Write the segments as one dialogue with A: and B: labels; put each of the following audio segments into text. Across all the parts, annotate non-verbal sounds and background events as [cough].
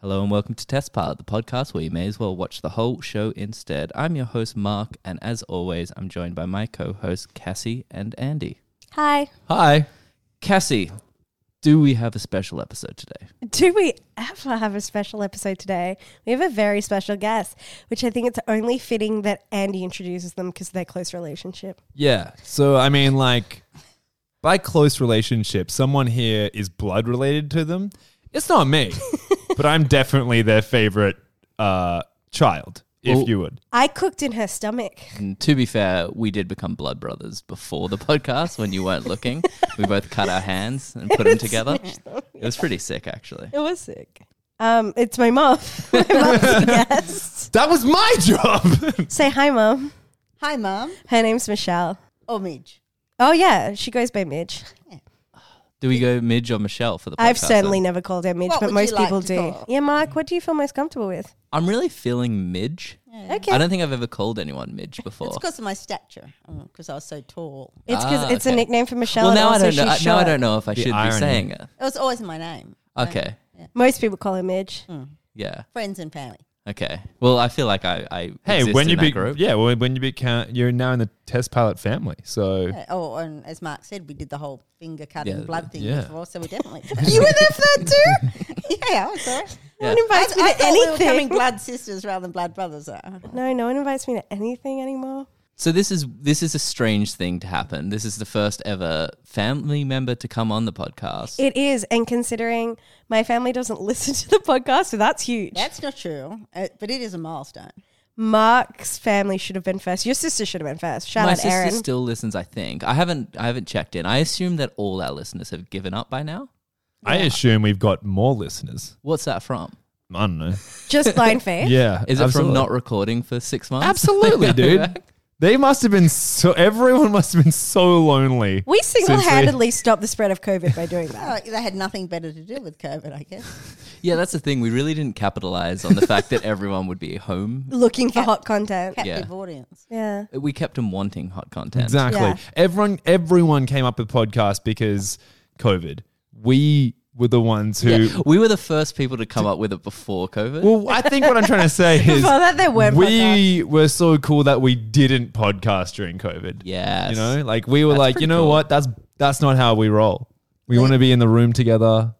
A: Hello and welcome to Test Pilot, the podcast where you may as well watch the whole show instead. I'm your host, Mark, and as always, I'm joined by my co hosts, Cassie and Andy.
B: Hi.
C: Hi.
A: Cassie, do we have a special episode today?
B: Do we ever have a special episode today? We have a very special guest, which I think it's only fitting that Andy introduces them because of their close relationship.
C: Yeah. So I mean, like, by close relationship, someone here is blood related to them. It's
A: [laughs]
C: not me, but I'm definitely their favorite uh, child, if
A: Well-
C: you would.
B: I cooked in her stomach.
A: And to be fair, we did become blood brothers before the podcast when you weren't looking. we both cut our hands and put them together. It was pretty sick, actually.
B: It was sick. Um, it's my mom. [laughs] my mom's a guest.
C: That was my job.
B: Say hi, mom.
D: Hi, Mom.
B: Her name's Michelle.
D: Oh, Midge.
B: Oh yeah, she goes by Midge.
A: Do we go Midge or Michelle for the podcast?
B: I've certainly
A: then?
B: never called her Midge,
D: What
B: but
D: would
B: most
D: you like
B: people
D: to
B: do.
D: call her?
B: Yeah, Mark, what do you feel most comfortable with?
A: I'm really feeling Midge.
B: Okay.
A: I don't think I've ever called anyone Midge before.
D: It's because of my stature, because I was so tall.
B: It's because
A: Ah,
B: it's a
A: okay.
B: nickname for Michelle.
A: well,
B: and
A: now I
B: also
A: don't know.
B: she's
A: I- Now I
B: short.
A: don't know if I
C: The
A: should be
C: irony.
A: saying it.
D: It was always my name.
A: Okay.
B: Most people call her Midge.
D: Hmm.
A: Yeah.
D: Friends and family.
A: Okay. Well, I feel like I. I
C: [laughs] hey,
A: exist
C: when you
A: in that
C: be
A: group.
C: yeah, well, when you become you're now in the test pilot family. So
D: Yeah. Oh, and as Mark said, we did the whole finger cutting
A: Yeah,
D: blood thing
C: yeah.
D: before, so
A: [laughs]
D: we definitely. you were there for that too? yeah, I was there.
A: Yeah.
B: No one invites me
D: I
B: to
D: thought we were becoming
B: anything.
D: [laughs] blood sisters rather than blood brothers. though.
B: no, no one invites me to anything anymore.
A: So this is this is a strange thing to happen. This is the first ever family member to come on the podcast.
B: It is, and considering my family doesn't [laughs] listen to the podcast, so that's huge.
D: That's not true, uh, but it is a milestone.
B: Mark's family should have been first. Your sister should have been first. Shout
A: My
B: out,
A: sister
B: Erin.
A: still listens. I think I haven't. I haven't checked in. I assume that all our listeners have given up by now.
C: I assume we've got more listeners.
A: What's that from?
C: I don't know.
B: [laughs] Just blind faith.
C: Yeah,
A: Is it
C: absolutely.
A: from not recording for six months? [laughs]
C: Absolutely, dude. They must have been so. Everyone must have been so lonely.
B: We
C: since
B: single handedly stopped the spread of COVID by doing that.
D: [laughs] Oh, they had nothing better to do with COVID, I guess.
A: yeah, that's the thing. We really didn't capitalize on the fact that everyone would be home.
B: Looking for hot content.
A: Yeah.
D: Captive audience.
B: Yeah.
A: We kept them wanting hot content.
C: Exactly.
B: Yeah.
C: Everyone everyone came up with podcasts because COVID. We were the ones who
A: Yeah, we were the first people to come up with it before COVID.
C: Well, I think what I'm trying
B: [laughs]
C: to say is
B: Before that, there weren't
C: we were so cool that we didn't podcast during COVID.
A: Yes.
C: You know, like we were
A: That's
C: like,
A: pretty
C: you know
A: cool.
C: what? That's that's not how we roll. We want to be in the room together.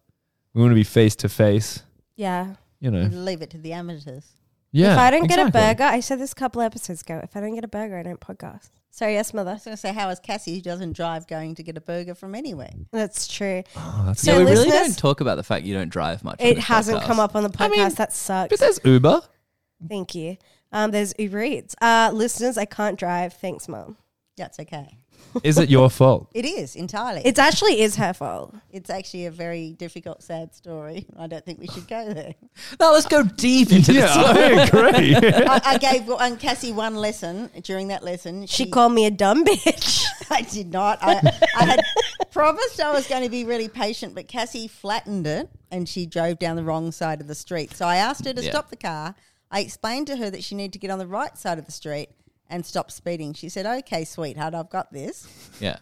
C: We want to be face to face,
B: Yeah.
C: you know.
D: Leave it to the amateurs.
C: Yeah.
B: Mm-hmm. if I don't
C: exactly.
B: get a burger, I said this a couple episodes ago. If I don't get a burger, I don't podcast. So yes,
D: I
B: mother.
D: was going to say, how is Cassie, who doesn't drive, going to get a burger from anywhere?
B: That's true.
C: Oh, that's
B: So
A: yeah, we really
B: listeners-
A: don't talk about the fact you don't drive much. on
B: It
A: this
B: hasn't
A: podcast.
B: come up on the podcast.
C: I mean,
B: that sucks.
C: But there's Uber.
B: Thank you. Um, there's Uber Eats. Uh, listeners, I can't drive. Thanks, mom.
D: That's okay.
C: Is it
A: [laughs]
C: your fault?
D: It is entirely.
B: It actually is her fault.
D: It's actually a very difficult, sad story. [laughs] I don't think we should go
B: [laughs]
D: there.
A: No, let's go deep into
C: [laughs] Yeah,
A: this.
C: I
A: [laughs]
C: agree.
D: I, I gave um, Cassie one lesson. During that lesson,
B: She called me a dumb
C: [laughs]
B: bitch.
D: [laughs] I did not. I, I had promised I was going to be really patient, but Cassie flattened it and she drove down the wrong side of the street. So I asked her to
A: Yeah.
D: stop the car. I explained to her that she needed to get on the right side of the street and stop speeding. She said, "Okay, sweetheart, I've got this."
A: [laughs] Yeah.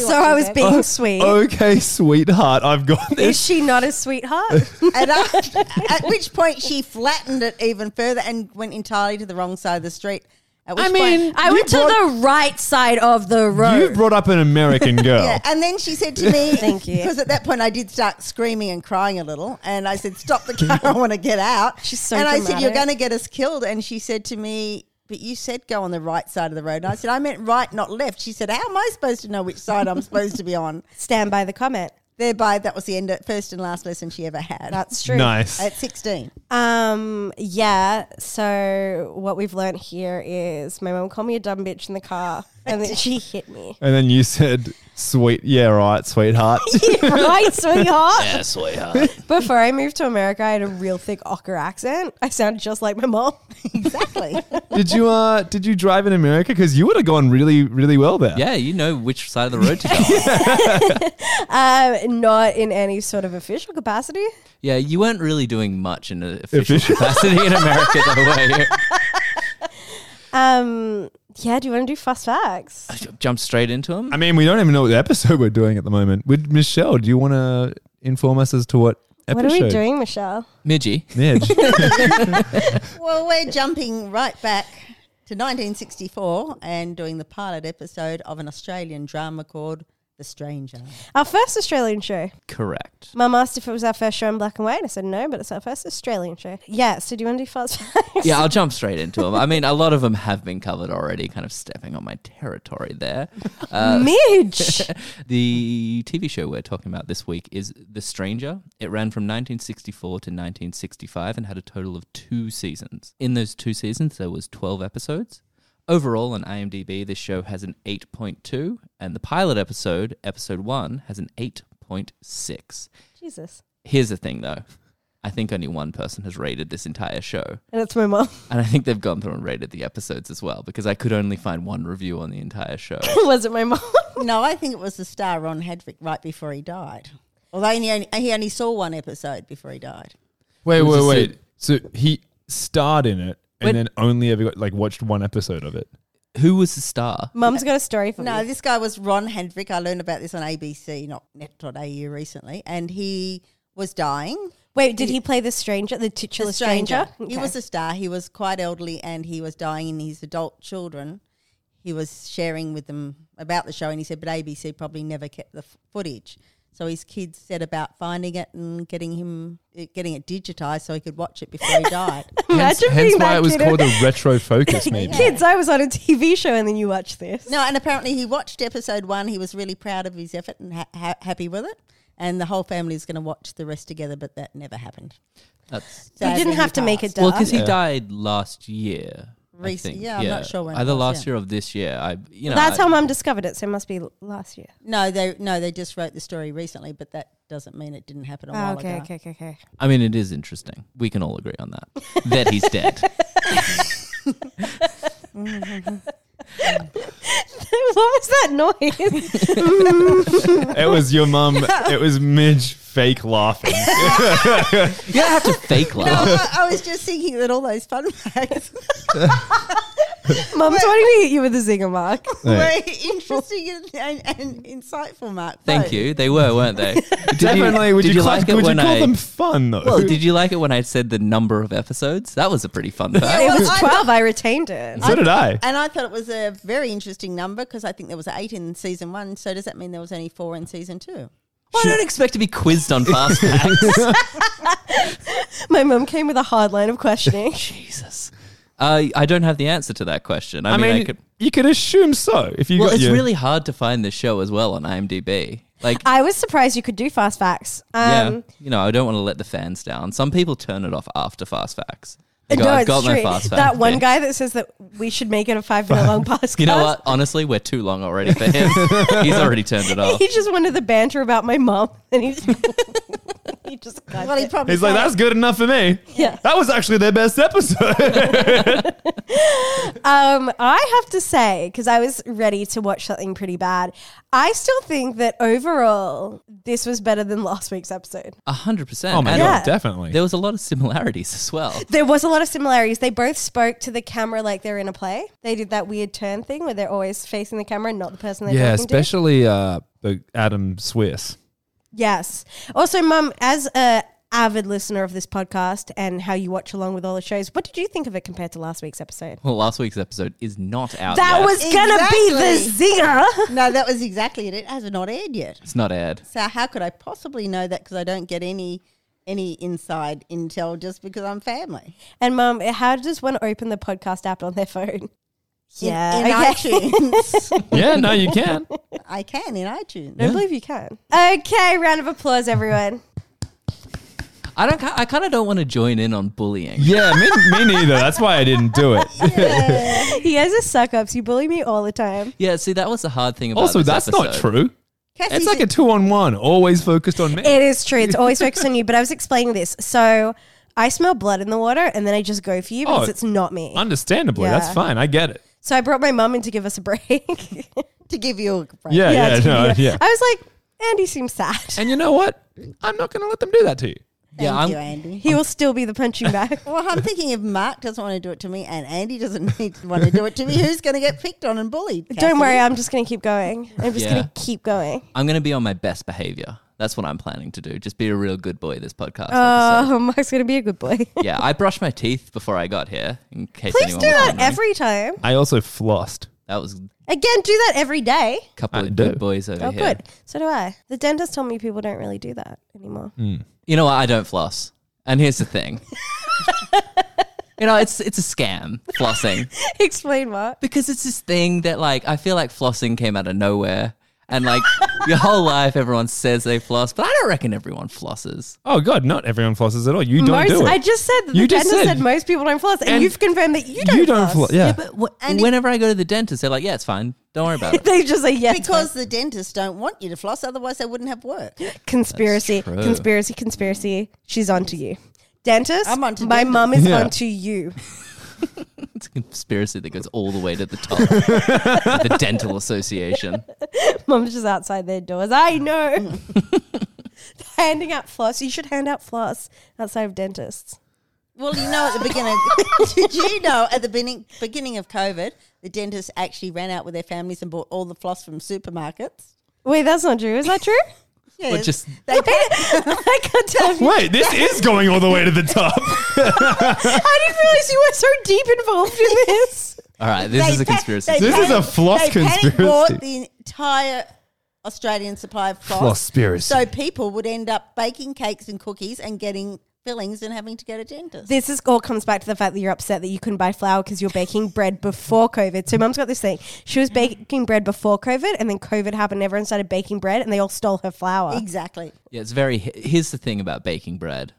B: [laughs] so
D: what she
B: I was
D: said.
C: Oh,
B: being sweet.
C: okay, sweetheart, I've got
B: Is
C: this.
B: she not a
C: [laughs]
B: sweetheart?
D: And I- at which point she flattened it even further and went entirely to the wrong side of the street. At which
C: I mean,
D: point,
B: I
C: You
B: went to
C: brought-
B: the right side of the
C: You
B: road.
C: brought up an [laughs] American girl.
D: yeah. And then she said to me,
B: [laughs] Thank you.
D: Because at that point I did start screaming and crying a little. And I said, Stop the car. I want to get out.
B: She's so
D: And I said, You're
B: dramatic.
D: going to get us killed. And she said to me, but you said go on the right side of the road. And I said, I meant right, not left. She said, How am I supposed to know which side I'm supposed to be on?
B: Stand by the comment.
D: Thereby, that was the end, of, first and last lesson she ever had
B: That's true.
C: Nice.
D: at
B: [laughs]
D: 16.
B: Um, yeah. So what we've learned here is my mom called me a dumb bitch in the car, and then
C: [laughs]
B: she hit me. [laughs]
C: And then you said, "Sweet, yeah, right, [laughs] sweetheart."
B: right, sweetheart.
A: Yeah, sweetheart.
B: Before I moved to America, I had a real thick Ocker accent. I sounded just like my mom. [laughs]
D: Exactly.
C: did you uh did you drive in America? Because you would have gone really really well there.
A: [laughs] yeah, you know which side of the road to go
B: [laughs]
A: on.
B: Um, not in any sort of official capacity.
A: Yeah, you weren't really doing much in an official
C: Official.
A: capacity in America,
C: [laughs]
A: though.
B: Um, yeah. Do you want to do fast facts?
A: were you? Jump straight into them.
C: [laughs] I mean, we don't even know what episode we're doing at the moment. With Michelle, do you want to inform us as to what
B: What are we
C: episode.
B: doing, Michelle?
A: Midgie.
C: Midge.
D: Well, we're jumping right back to 1964 and doing the pilot episode of an Australian drama called The Stranger.
B: Our first Australian show.
A: Correct.
B: Mum asked if it was our first show in black and white. I said no, but it's our first Australian show. Yeah. So do you want to do fast [laughs] facts?
A: Yeah, I'll jump straight into them. I mean, a lot of them have been covered already, kind of stepping on my territory there.
B: Midge.
A: the TV show we're talking about this week is The Stranger. It ran from 1964 to 1965 and had a total of two seasons. In those two seasons, there was 12 episodes. Overall, on IMDb, this show has an 8.2, and the pilot episode, episode one, has an 8.6.
B: Jesus.
A: Here's the thing, though. I think only one person has rated this entire show,
B: And it's my mum.
A: and I think they've gone through and rated the episodes as well because I could only find one review on the entire show.
B: [laughs] was it my [laughs] mum?
D: No, I think it was the star Ron Hadrick right before he died. Although he only, he only saw one episode before he died.
C: [laughs] wait,
A: It was
C: wait,
A: a
C: wait. So he starred in it and
A: Wait.
C: then only ever got, like watched one episode of it.
A: Who was the star?
B: Mum's got a story for
D: No,
B: me.
D: this guy was Ron Hadrick. I learned about this on ABC, not net.au recently. And he was dying.
B: Wait, did he play the stranger, the titular
D: The stranger.
B: stranger?
D: He
B: Okay.
D: was a star. He was quite elderly and he was dying in his adult children. He was sharing with them about the show and he said, but ABC probably never kept the f- footage. So his kids set about finding it and getting him eh, getting it digitized so he could watch it
B: [laughs]
D: before he died.
C: Hence,
B: Imagine
C: hence
B: being
C: why
B: that
C: it was
B: kid
C: called
B: and-
C: [laughs] a retro focus, maybe.
B: Kids, I was on a TV show and then you watch this.
D: no, and apparently he watched episode one. He was really proud of his effort and ha- ha- happy with it. And the whole family was going to watch the rest together, but that never happened.
A: That's
D: So
B: you didn't
D: then he
B: have to make
D: passed.
B: it
A: Well,
B: dark.
A: because he
C: Yeah.
A: died last year. I
D: Recent-
A: think.
D: yeah, I'm not sure when it
A: Either
D: was,
A: last
D: yeah.
A: year or this year. I, you know,
B: That's
A: I-
B: how Mum discovered it, so it must be l- last year.
D: No, they no, they just wrote the story recently, but that doesn't mean it didn't happen a
B: Ah,
D: while
B: Oh, okay,
D: ago.
B: okay, okay, okay. [laughs]
A: I mean, it is interesting. We can all agree on that. that
D: [laughs]
A: he's dead.
B: what was that noise? [laughs]
C: It was your mum. It [laughs] was Midge fake laughing.
A: You don't have to fake
D: [laughs]
B: [laughs]
D: No,
A: laugh.
D: I, I was just thinking that all those fun facts
B: Mum's wanting to hit you with a zinger [laughs] mark.
D: were interesting and, and, and insightful, Mark.
A: Thank
D: both.
A: you. They were, weren't
D: [laughs]
A: they? Did
C: Definitely. would
A: did
C: you, class-
A: like it
C: would
A: when
C: you call
A: I?
C: them fun though?
A: [laughs] well, did you like it when I said the number of episodes? That was a pretty fun fact.
B: It was
D: well, I-
B: 12, I retained it.
C: [laughs] so
A: [laughs]
C: did I.
D: And I thought it was a very interesting number because I think there was eight in season one. So does that mean there was only four in season two?
A: Well, I don't expect to be quizzed
C: [laughs]
A: on fast facts.
B: [laughs] My mum came with a hard line of questioning.
A: Jesus. Uh, I don't have the answer to that question. I,
C: I
A: mean,
C: mean,
A: I could,
C: you could assume so. If you
A: well,
C: got
A: it's
C: your,
A: really hard to find this show as well on IMDb. Like,
B: [laughs] I was surprised you could do fast facts. Um,
A: yeah, you know, I don't want to let the fans down. Some people turn it off after fast facts. They go,
B: no,
A: "I've
B: it's
A: got my
B: true.
A: fast fact
B: [laughs] that one
A: bit."
B: guy that says that we should make it a five minute long podcast.
A: [laughs] You know what? Honestly, we're too long already for
B: [laughs]
A: him. He's already turned it off.
B: He just wanted the banter about my mum,
A: [laughs]
B: and he [laughs] just, he just got
D: Well, he
B: it.
D: probably
C: He's like,
D: can't.
C: that's good enough for me.
B: Yeah.
C: That was actually their best episode.
B: Um, I have to say, because I was ready to watch something pretty bad, I still think that overall this was better than last week's episode.
A: A hundred percent.
C: oh my
A: And
B: Yeah.
C: god, definitely.
A: There was a lot of similarities as well.
B: There was a lot of similarities. They both spoke to the camera like they're in a play. They did that weird turn thing where they're always facing the camera and not the person they're
C: yeah,
B: talking to.
C: especially uh, the Adam Swiss.
B: Yes. Also, Mum, as a avid listener of this podcast and how you watch along with all the shows, what did you think of it compared to last week's episode?
A: Well, last week's episode is not
C: Uh,
A: out.
B: That
A: yet.
B: was gonna be the zinger. [laughs]
D: no, that was exactly it. It has not aired yet.
A: It's not aired.
D: So how could I possibly know that? Because I don't get any any inside intel just because I'm family.
B: And Mum, how does one open the podcast app on their phone?
D: In-
B: Yeah,
D: in
B: okay. [laughs]
D: iTunes,
C: yeah, no, you can.
D: I can in iTunes.
B: I believe you can. Okay, round of applause, everyone.
A: [laughs]
B: [laughs]
A: I don't. ki- I kind of don't want to join in on bullying.
C: Yeah, me, me neither. That's why I didn't do
A: [laughs]
C: it.
B: you guys are suck ups. You bully me all the time.
A: Yeah. See, that was the hard thing about.
C: also,
A: this
C: that's not
A: episode.
C: true.
D: Cassie's
C: It's like a two on one, always focused on me.
B: It is true. It's always focused on you. But I was explaining this. So I smell blood in the water, and then I just go for you because
C: Oh.
B: it's not me.
C: Understandably,
B: Yeah.
C: that's fine. I get it.
B: so I brought my mum in to give us a break. [laughs]
D: to give you a break.
C: Yeah, yeah,
B: it's
C: no,
B: really good.
C: yeah.
B: I was like, Andy seems sad.
C: And you know what? I'm not going to let them do that to you.
D: Thank
A: Yeah, I'm-
D: you, Andy.
B: He will still be the punching
C: [laughs]
B: bag.
D: Well, I'm thinking if Mark doesn't want to do it to me and Andy doesn't [laughs] need to want to do it to me, who's going to get picked on and bullied?
B: Don't worry,
D: Cassidy?
B: I'm just going to keep going. I'm just
A: Yeah.
B: going to keep going.
A: I'm going to be on my best behavior. That's what I'm planning to do. Just be a real good boy this podcast. episode.
B: [laughs] Oh, Mark's going to be a good boy.
A: Yeah, I brushed my teeth before I got here in case
B: Please
A: anyone
B: do
A: was
B: that
A: wondering.
B: every time.
C: I also flossed.
A: That was a
B: Again, do that every day.
A: couple
C: I
A: of
C: do.
A: good boys over
B: Oh,
A: here.
B: good. So do I. The dentist told me people don't really do that anymore.
C: Mm.
A: You know what? I don't floss. And here's the thing. you know, it's it's a scam, flossing.
B: [laughs] Explain what?
A: Because it's this thing that like I feel like flossing came out of nowhere. And like your whole life everyone says they floss, but I don't reckon everyone flosses.
C: Oh God, not everyone flosses at all. You don't
B: most,
C: do it.
B: I just said that
C: You
B: the
C: just
B: dentist
C: said-
B: said, most people don't floss, and,
C: And
B: you've confirmed that you don't.
C: you don't floss. Yeah.
B: Uh,
A: but wh- whenever I go to the dentist, they're like, "Yeah, it's fine. Don't worry about it."
B: [laughs] They just say yes.
D: Because the dentists don't want you to floss, otherwise they wouldn't have work.
B: conspiracy,
A: That's true.
B: conspiracy, conspiracy. She's onto you, dentist.
D: I'm onto
B: my
D: dentist.
B: mum is
C: Yeah.
B: onto you. [laughs]
A: It's a conspiracy that goes all the way to the
B: [laughs]
A: top, of the dental association.
B: Mum's just outside their doors. I
C: [laughs]
B: know. Handing out floss. You should hand out floss outside of dentists.
D: Well, you know, at
B: [laughs]
D: the beginning, [laughs] did you know at the beginning, beginning of COVID, the dentists actually ran out with their families and bought all the floss from supermarkets?
B: Wait, that's not true. Is that true? [laughs]
D: Yes.
A: just-
D: they packed,
B: I can't tell.
C: [laughs]
B: You. [laughs]
C: Wait, this is going all the way to the top. [laughs]
B: I didn't realize you were so deep involved in this.
A: All right, this
D: they
A: is a
D: pa-
A: conspiracy.
D: they
C: This is a floss
D: they panic
C: conspiracy.
D: bought the entire Australian supply of floss,
C: Flosspiracy.
D: so people would end up baking cakes and cookies and getting fillings and having to go to dentists.
B: This is all comes back to the fact that you're upset that you couldn't buy flour because you're baking bread before COVID. So mum's got this thing. She was baking bread before COVID, and then COVID happened. and Everyone started baking bread, and they all stole her flour.
D: Exactly.
A: Yeah, it's very. he- Here's the thing about baking bread: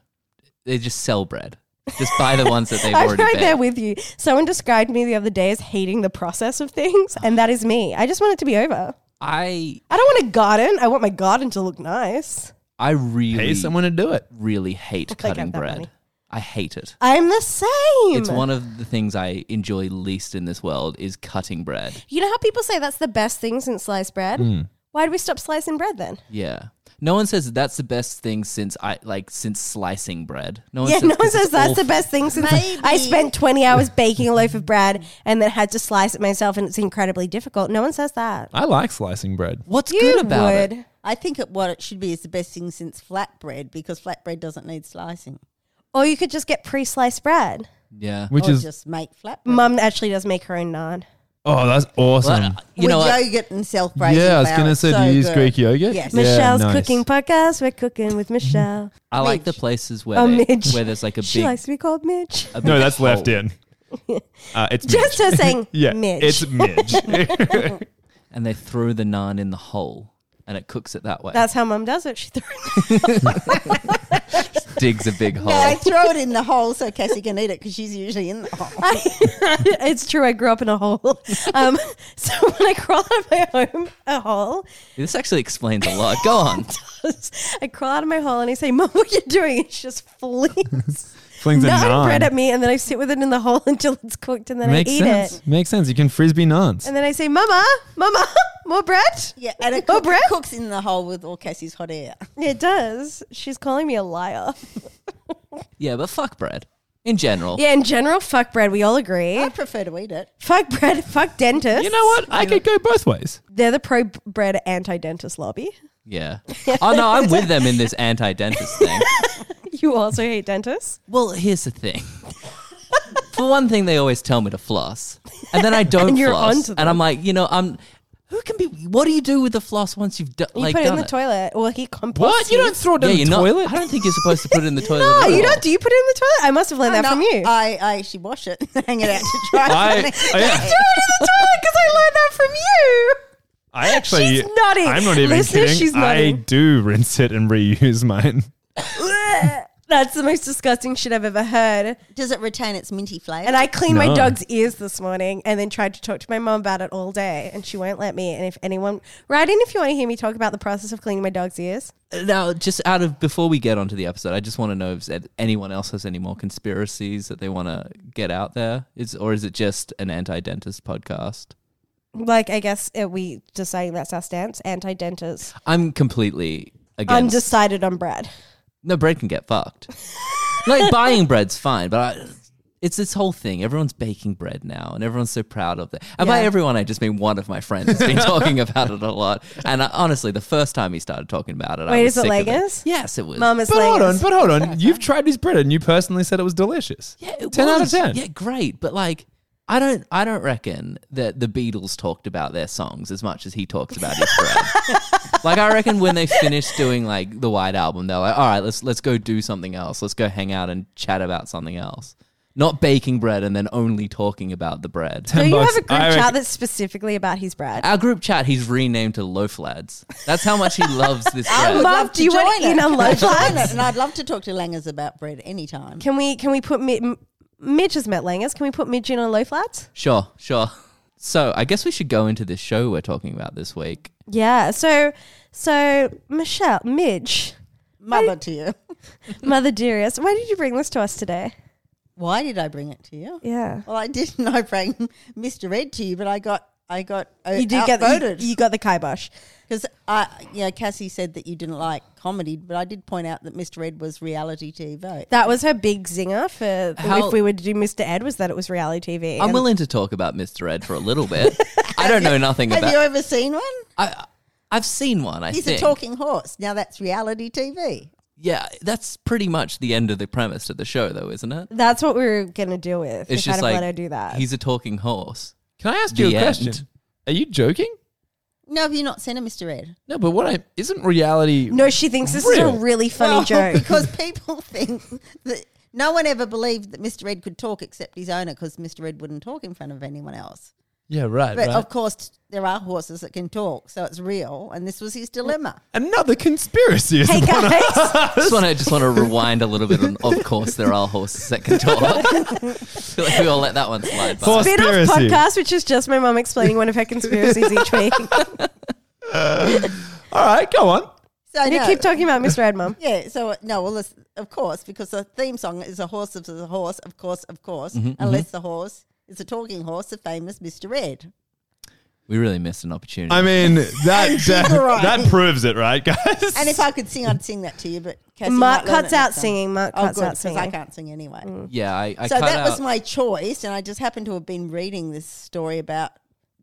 A: they just sell bread. Just buy the ones
B: [laughs]
A: that they've
B: [laughs] I'm
A: already
B: right
A: baked.
B: there with you. Someone described me the other day as hating the process of things, and that is me. I just want it to be over.
A: I
B: I don't want a garden. I want my garden to look nice.
A: I really
C: Pay someone to do it.
A: really hate
B: think
A: cutting
B: I've got
A: bread.
B: money.
A: I hate it.
B: I'm the same.
A: It's one of the things I enjoy least in this world is cutting bread.
B: you know how people say that's the best thing since sliced bread?
A: Hmm.
B: Why do we stop slicing bread then?
A: Yeah. No one says that that's the best thing since I like since slicing bread. No one
B: Yeah,
A: says,
B: no one
A: 'cause
B: says
A: Oh, it's
B: that's
A: all
B: the best thing since
D: Maybe.
B: I spent 20 hours baking a loaf of bread and then had to slice it myself and it's incredibly difficult. No one says that.
C: I like slicing bread.
A: What's
B: You
A: good about
B: would.
A: it?
D: I think it, what it should be is the best thing since flatbread because flatbread doesn't need slicing.
B: Or you could just get pre sliced bread.
A: Yeah.
C: Which
B: Oh,
D: or
C: is
D: just make flatbread.
B: Mum actually does make her own naan.
C: oh, that's
A: But,
C: awesome.
A: uh, you know
D: With
A: what?
D: yogurt and self-raising
C: yeah, I was
D: flour,
C: gonna
D: it's
C: say,
D: so
C: do you use
D: good.
C: Greek yogurt?
D: Yes.
C: Yeah,
B: Michelle's
C: nice.
B: cooking podcast. We're cooking with
A: [laughs]
B: Michelle.
A: I like the
D: Midge.
A: places where
B: Oh,
A: they-
B: Midge.
A: where there's like a
B: she
A: big,
B: likes to be called Midge.
A: a
C: No,
A: big
C: that's left
A: hole.
C: in. Uh,
B: [laughs]
C: it's
B: Just
C: Midge.
A: [laughs]
B: her saying
C: yeah,
B: Midge.
C: It's
B: [laughs]
C: Midge.
A: and they throw the naan in the hole and it cooks it that way.
B: That's how Mum does [laughs] it. She threw
A: [laughs] digs a
B: [laughs]
A: big hole.
D: No,
C: Oh.
D: I throw it in the hole so Cassie can eat it because she's usually in
C: [laughs]
D: the hole.
B: it's true. I grew up in a hole. [laughs] Um, so when I crawl out of my home, a hole,
A: This actually explains a lot. Go
B: [laughs]
A: on.
B: I crawl out of my hole and I say, Mum, what are you doing? And she just
C: [laughs]
B: flings
C: [laughs] Flings a
B: naan bread
C: naan.
B: at me. And then I sit with it in the hole [laughs] until it's cooked and then
C: Makes
B: I eat
C: sense.
B: it.
C: Makes sense. You can frisbee naans.
B: And then I say, Mama, Mama, [laughs] more bread?
D: Yeah, and
C: Oh,
D: it
B: More
D: cook-
B: bread?
D: cooks in the hole with all Cassie's hot air.
B: It does. She's calling me a liar.
A: Yeah, but fuck bread in general.
B: Yeah, in general, fuck bread. We all agree.
D: I prefer to eat it.
B: Fuck bread. Fuck dentists.
C: You know what? I could go both ways.
B: They're the pro bread anti dentist lobby. [laughs]
A: Yeah. Oh no, I'm with them in this anti-dentist
B: [laughs]
A: thing.
B: You also hate dentists?
A: Well, here's the thing. For one thing, they always tell me to floss, and then I don't
B: And you're
A: floss,
B: onto them.
A: and I'm like, you know, I'm. Who can be? What do you do with the floss once you've do,
B: You
A: like
B: put it in
A: done
B: the
A: it?
B: toilet. Well, he composts.
C: What? You
B: it.
C: don't throw it
A: Yeah,
C: in
A: you're
C: the
A: not.
C: toilet?
A: I don't think you're supposed to put
B: [laughs]
A: it in the toilet.
B: Oh,
A: at
B: you
A: all.
B: don't? Do you put it in the toilet? I must have learned that
D: No,
B: from you.
C: uh,
D: I, I actually wash it, hang it out to dry.
C: [laughs] I, I,
B: [laughs] throw it in the toilet because I learned that from you.
C: I actually,
B: She's nodding.
C: I'm not even
B: Listeners,
C: kidding.
B: she's
C: I
B: nodding.
C: do rinse it and reuse mine.
B: [laughs] That's the most disgusting shit I've ever heard.
D: Does it retain its minty flavour?
B: And I cleaned my
C: No.
B: dog's ears this morning and then tried to talk to my mum about it all day, and she won't let me. And if anyone, write in if you want to hear me talk about the process of cleaning my dog's ears.
A: Now, just out of before we get onto the episode, I just want to know if that anyone else has any more conspiracies that they want to get out there. Is or is it just an anti-dentist podcast?
B: Like, I guess uh, we deciding that's our stance anti dentist.
A: I'm completely against.
B: Undecided on bread.
A: [laughs] no, bread can get fucked. like buying bread's fine, but I, It's this whole thing. Everyone's baking bread now, and everyone's so proud of it. And by
B: Yeah.
A: everyone, I just mean one of my friends has
B: [laughs]
A: been talking about it a lot. And I, honestly, the first time he started talking about it, I
B: Wait,
A: was
B: is it
A: sick of
B: Legos?
A: Yes, it was.
B: Mum is
C: But hold on,
B: like,
C: but hold on. You've tried this bread and you personally said it was delicious.
A: Yeah, it
C: 10 out of
A: was.
C: 10.
A: Yeah, great. But like, I don't, I don't reckon that the Beatles talked about their songs as much as he talks about his
C: [laughs]
A: bread. like, I reckon when they finished doing like the White Album, they're like, all right, let's let's go do something else. Let's go hang out and chat about something else. Not baking bread and then only talking about the
C: [laughs]
A: bread.
B: do you have
C: bucks.
B: a group
C: I reckon-
B: chat that's specifically about his bread?
A: Our group chat, he's renamed to Loaf Lads. That's how much he loves
C: [laughs]
A: this bread.
B: Mum, do you want
D: join
B: in
D: it.
B: on
D: [laughs] I'd
B: lunch
D: join
B: lads?
D: it, And I'd love to talk to Langers about bread anytime.
B: Can we can we put Mi- M- Midge has met Langers? Can we put Midge in on low flats?
A: Sure, sure. So I guess we should go into this show we're talking about this week.
B: Yeah. So so Michelle Midge,
D: Mother to you.
B: mother dearest, why did you bring this to us today?
D: Why did I bring it to you?
B: Yeah.
D: Well, I didn't. [laughs] I bring Mr. Red to you, but I got I got uh,
B: You did get the,
D: outvoted
B: you, you got the kibosh.
D: because I you know Cassie said that you didn't like comedy, but I did point out that Mr. Red was reality TV.
B: That was her big zinger for
A: How-
B: if we were to do Mr. Ed was that it was reality TV.
A: I'm
B: And
A: willing to talk about Mr. Ed for a little bit. I don't know
B: [laughs]
A: nothing
D: Have
A: about.
D: you ever seen one?
A: I, I've seen one. I
D: He's
A: think.
D: a talking horse. Now that's reality TV.
A: yeah, that's pretty much the end of the premise of the show, though, isn't it?
B: that's what we were gonna do with.
A: It's
B: we
A: just
B: kind of
A: like
B: let her do that.
A: he's a talking horse.
C: Can I ask you a
A: The
C: question?
A: end.
C: Are you joking?
D: No, have you not seen a Mr. Ed?
C: No, but what I isn't reality.
B: no, she thinks this is
C: Really?
B: a really [laughs] funny
D: Well,
B: joke.
D: Oh, because people [laughs] think that no one ever believed that Mr. Ed could talk except his owner because Mr. Ed wouldn't talk in front of anyone else.
C: Yeah, right.
D: But
C: right.
D: of course, there are horses that can talk, so it's real. And this was his dilemma.
C: Another conspiracy.
B: [laughs]
C: Is [laughs]
B: Hey guys,
A: I just want to just want to rewind a little bit. On, of course, there are horses that can talk. [laughs] I feel like we all let that one slide. By.
C: Horse-
B: spin off
C: Conspiracy.
B: podcast, which is just my mum explaining one of her conspiracies
D: [laughs]
B: each week.
C: All right, go on.
D: So
B: You
D: no,
B: keep talking about Mr. Ed, mum.
D: Yeah, so uh, no, well, this, of course, because the theme song is a horse is a horse, of course, of course,
B: Mm-hmm,
D: unless the horse is a talking horse, the famous Mr. Ed.
A: we really missed an opportunity.
C: I mean, that that,
D: right.
C: that proves it, right, guys?
D: [laughs] And if I could sing, I'd sing that to you, but Cassie
B: Mark
D: might learn
B: cuts
D: it
B: out
D: next time.
B: singing. Mark
D: Oh,
B: cuts
D: good,
B: out
D: because I
B: singing. Mm.
D: can't sing anyway.
A: yeah, I, I
D: So
A: cut
D: that
A: out.
D: was my choice, and I just happened to have been reading this story about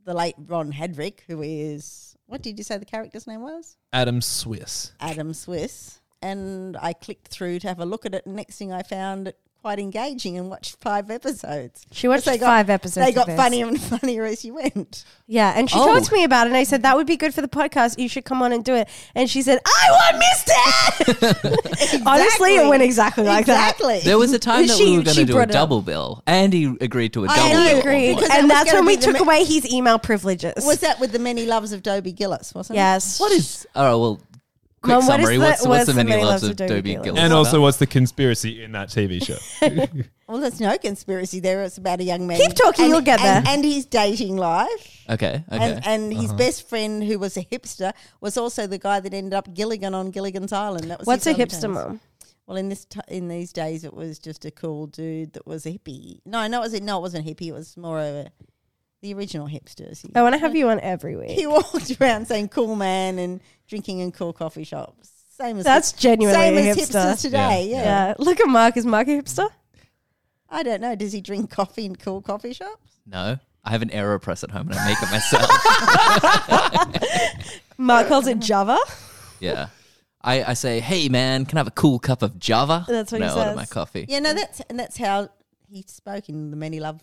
D: the late Ron Hadrick, who is what did you say the character's name was?
C: Adam Swiss.
D: Adam Swiss. And I clicked through to have a look at it, and next thing I found it quite engaging and watched five episodes.
B: She watched
D: 'Cause they
B: five episodes
D: They
B: of
D: got
B: this.
D: funnier and [laughs] funnier as you went.
B: Yeah, and she
A: Oh.
B: talked to me about it, and I said that would be good for the podcast. You should come on and do it. And she said, "I want Mr. Ed." Honestly,
D: [laughs]
B: it
D: Exactly.
B: went exactly like that.
D: Exactly.
A: there was a time that
B: She-
A: we were going
B: she
A: to do a
B: brought it up.
A: double bill. Andy agreed to a
D: I
A: double
D: know,
A: bill.
D: agreed. Because that
B: and
D: was
B: that's
D: gonna
B: when we
D: be the
B: took
D: ma-
B: away his email privileges.
D: was that with the many loves of Dobie Gillis, wasn't it?
B: yes.
A: What is? All right, well, quick
B: Mum, what is
A: summary.
B: the-
A: what's, what's, the many loves, of
B: Dobie
A: Dobie
B: Gillis?
A: Gillis?
C: And also, what's the conspiracy in that TV show?
D: Well, there's no conspiracy there. It's about a young man.
B: Keep talking,
D: and,
B: you'll get
D: and-
B: there.
D: And his dating life.
A: okay, okay. Uh-huh.
D: And, and his best friend, who was a hipster, was also the guy that ended up Gilligan on Gilligan's Island. That was
B: What's a
D: his
B: hipster,
D: hometown.
B: mum?
D: Well, in this t- in these days, it was just a cool dude that was a hippie. No, no, it was no, it wasn't hippie. It was more of a, the original hipsters. He,
B: I want to have you on every week.
D: he walked [laughs] around saying "cool man" and drinking in cool coffee shops. Same as
B: That's genuinely
D: same
B: a
D: as
B: hipster.
D: hipsters today. Yeah,
C: Yeah,
B: Yeah, look at Mark. Is Mark a hipster?
D: I don't know. Does he drink coffee in cool coffee shops?
A: no, I have an AeroPress at home and I make it myself.
B: Mark calls it
D: [laughs]
B: Java.
A: yeah. I, I say, hey man, can I have a cool cup of Java?
B: That's what
A: no,
B: he
A: I order
B: says.
A: my coffee.
D: Yeah, no, that's and that's how he spoke in the many love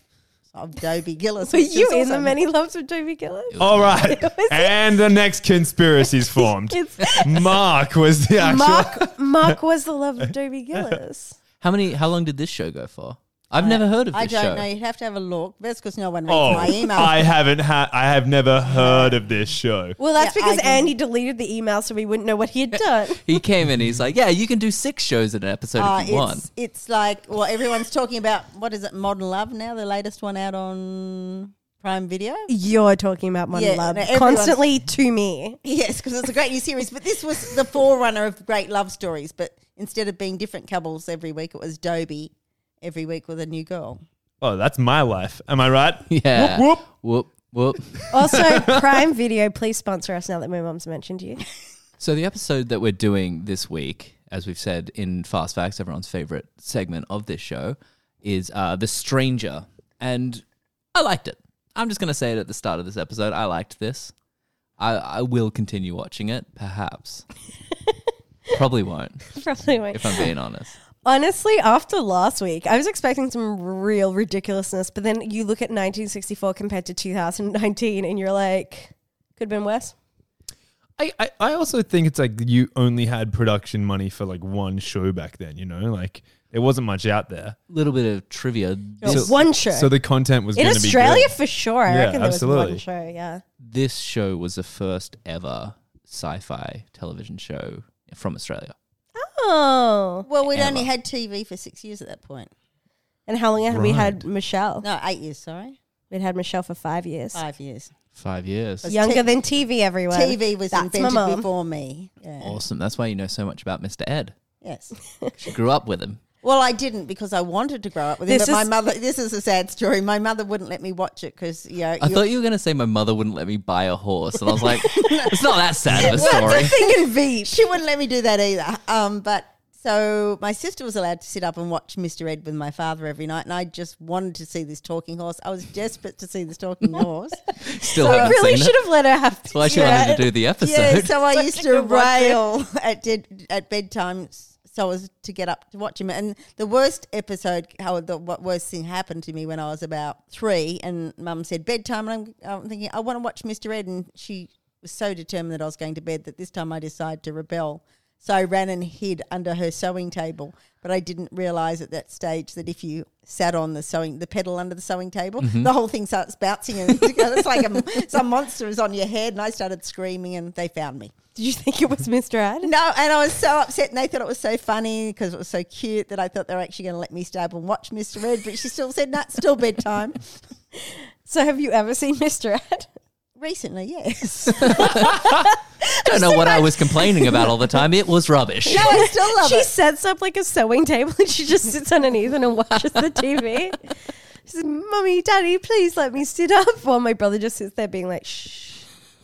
D: of Dobie
B: [laughs]
D: Gillis.
B: Were
D: which
B: you
D: is
B: in the
D: also-
B: many loves of Dobie Gillis?
C: [laughs] All right. [laughs] And the next conspiracy's formed.
B: [laughs] It's
C: Mark was the actual.
B: Mark. Mark was the love of
D: [laughs]
B: Dobie Gillis.
A: How many? How long did this show go for? I've never heard of this
D: I don't
A: show.
D: know. You'd have to have a look. That's because no one reads
C: Oh,
D: my email.
C: I haven't had. I have never heard of this show.
B: Well, that's
D: Yeah,
B: because
D: I do.
B: Andy deleted the email, so we wouldn't know what he had done.
A: He came in. He's like, yeah, you can do six shows in an episode
D: [laughs] Uh,
A: if you want. [laughs]
D: it's, it's like, well, everyone's talking about, what is it, Modern Love now, the latest one out on Prime Video?
B: [laughs] You're talking about Modern
D: Yeah,
B: Love
D: no, everyone's-
B: constantly to me.
D: Yes, because it's a great new series. But this was the forerunner of great love stories. But instead of being different couples every week, it was Dobie every week with a new girl.
C: Oh, that's my life. Am I right?
A: Yeah.
C: Whoop, whoop.
A: Whoop whoop.
B: [laughs] Also, Prime Video, please sponsor us now that my mum's mentioned you.
A: So the episode that we're doing this week, as we've said in Fast Facts, everyone's favorite segment of this show, is uh, The Stranger. And I liked it. I'm just going to say it at the start of this episode. I liked this. I, I will continue watching it, perhaps. Probably won't,
B: [laughs] Probably won't.
A: if I'm being honest.
B: Honestly, after last week, I was expecting some real ridiculousness, but then you look at 1964 compared to 2019 and you're like, could have been worse.
C: I, I, I also think it's like you only had production money for like one show back then, you know? Like there wasn't much out there.
A: Little bit of trivia.
B: There was
A: This,
B: one show.
C: So the content was
B: In
C: gonna be
B: Australia,
C: good.
B: for sure. I
C: Yeah,
B: reckon there
C: absolutely.
B: was one show, yeah.
A: this show was the first ever sci-fi television show from Australia.
B: Oh.
D: Well, we'd
A: Emma.
D: only had TV for six years at that point.
B: And how long had we had
C: Right.
B: Michelle?
D: No, eight years. Sorry,
B: We'd had Michelle for five years.
D: five years.
A: Five years.
D: Was
B: Younger
D: T-
B: than TV, everyone.
D: TV was
B: That's my mum. [laughs]
D: invented before me. Yeah.
A: Awesome. That's why you know so much about Mr. Ed.
D: Yes.
A: She grew up with him.
D: Well, I didn't because I wanted to grow up with him,
B: This
D: but my
B: is-
D: mother. This is a sad story. My mother wouldn't let me watch it because you know.
A: I
D: you-
A: thought you were going to say my mother wouldn't let me buy a horse, and I was like, it's not that sad of a
B: [laughs]
A: story.
B: Thinking
C: [laughs]
B: Veep.
D: she wouldn't let me do that either. Um, but so my sister was allowed to sit up and watch Mr. Ed with my father every night, and I just wanted to see this talking horse. I was desperate to see this talking horse.
A: Still
B: We
A: haven't
B: really
A: seen
B: should
A: it.
B: have let her have
A: That's why she wanted to do the episode.
D: Yeah, so I used to
B: Watching him watch it.
D: rail [laughs] at dead, at bedtime, s- so as to get up to watch him. And the worst episode, how the what worst thing happened to me when I was about three, and Mum said bedtime, and I'm, I'm thinking I want to watch Mister Ed, and she was so determined that I was going to bed that this time I decided to rebel. So I ran and hid under her sewing table, but I didn't realise at that stage that if you sat on the sewing, the pedal under the sewing table, the whole thing starts bouncing, and [laughs] it's like a, some monster is on your head. And I started screaming, and they found me.
B: [laughs] Did you think it was Mr. Ad?
D: No, and I was so upset, and they thought it was so funny because it was so cute that I thought they were actually going to let me stay up and watch Mr. Red, but she still said, "No, it's still [laughs] bedtime."
B: So have you ever seen Mr. Ad?
D: Recently, yes,
A: [laughs]
D: [laughs]
A: I don't know what I was complaining about all the time. It was rubbish.
D: no, Oh, I still love
B: she
D: it.
B: sets up like a sewing table and she just sits underneath it and watches the
D: [laughs]
B: TV. She says, Mummy, Daddy, please let me sit up. While my brother just sits there being like, shh.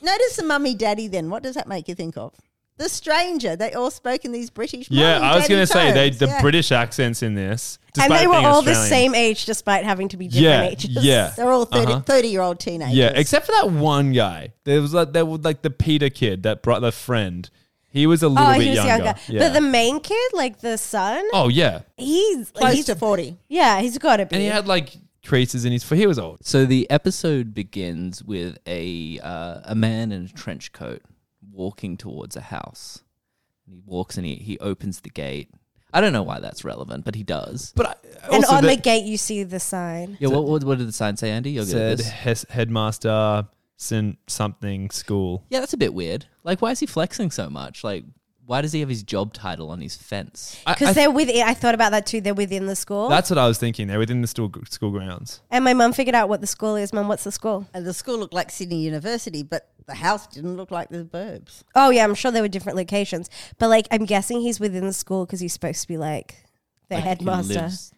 D: Notice the mummy daddy. Then what does that make you think of? The stranger. They all spoke in these British.
C: Yeah,
D: mummy
C: I was
D: daddy
C: going to say they
D: tones.
C: the
D: Yeah.
C: British accents in this.
B: And
C: despite
B: they were
C: being
B: all the
C: Australian.
B: same age despite having to be different
C: Yeah,
B: ages.
C: yeah.
D: They're all 30,
C: Uh-huh.
D: 30 year old teenagers.
C: Yeah, except for that one guy. There was like there was like the Peter kid that brought the friend. He was a little
B: Oh,
C: bit
B: he was
C: younger.
B: younger.
C: Yeah.
B: But the main kid, like the son,
C: oh yeah,
B: he's,
D: close
B: he's
D: to forty.
B: yeah, he's got to be.
C: and he had like creases in his. He was old.
A: So the episode begins with a uh, a man in a trench coat walking towards a house. He walks and he, he opens the gate. I don't know why that's relevant, but he does.
C: But I,
B: and
C: also
B: on the
C: that
B: gate, you see the sign.
A: Yeah, what, what, what did the sign say, Andy? You're good at
C: said
A: this.
C: hes- headmaster sent something school.
A: Yeah, that's a bit weird. Like, why is he flexing so much? Like, why does he have his job title on his fence?
C: I- I-
B: Because they're within, I thought about that too. They're within the school.
C: that's what I was thinking. They're within the school school grounds.
B: and my mum figured out what the school is. Mum, what's the school?
D: And the school looked like Sydney University, but the house didn't look like the burbs.
B: Oh yeah, I'm sure there were different locations, but like I'm guessing he's within the school because he's supposed to be like the
A: Like, he
B: headmaster.
A: lives-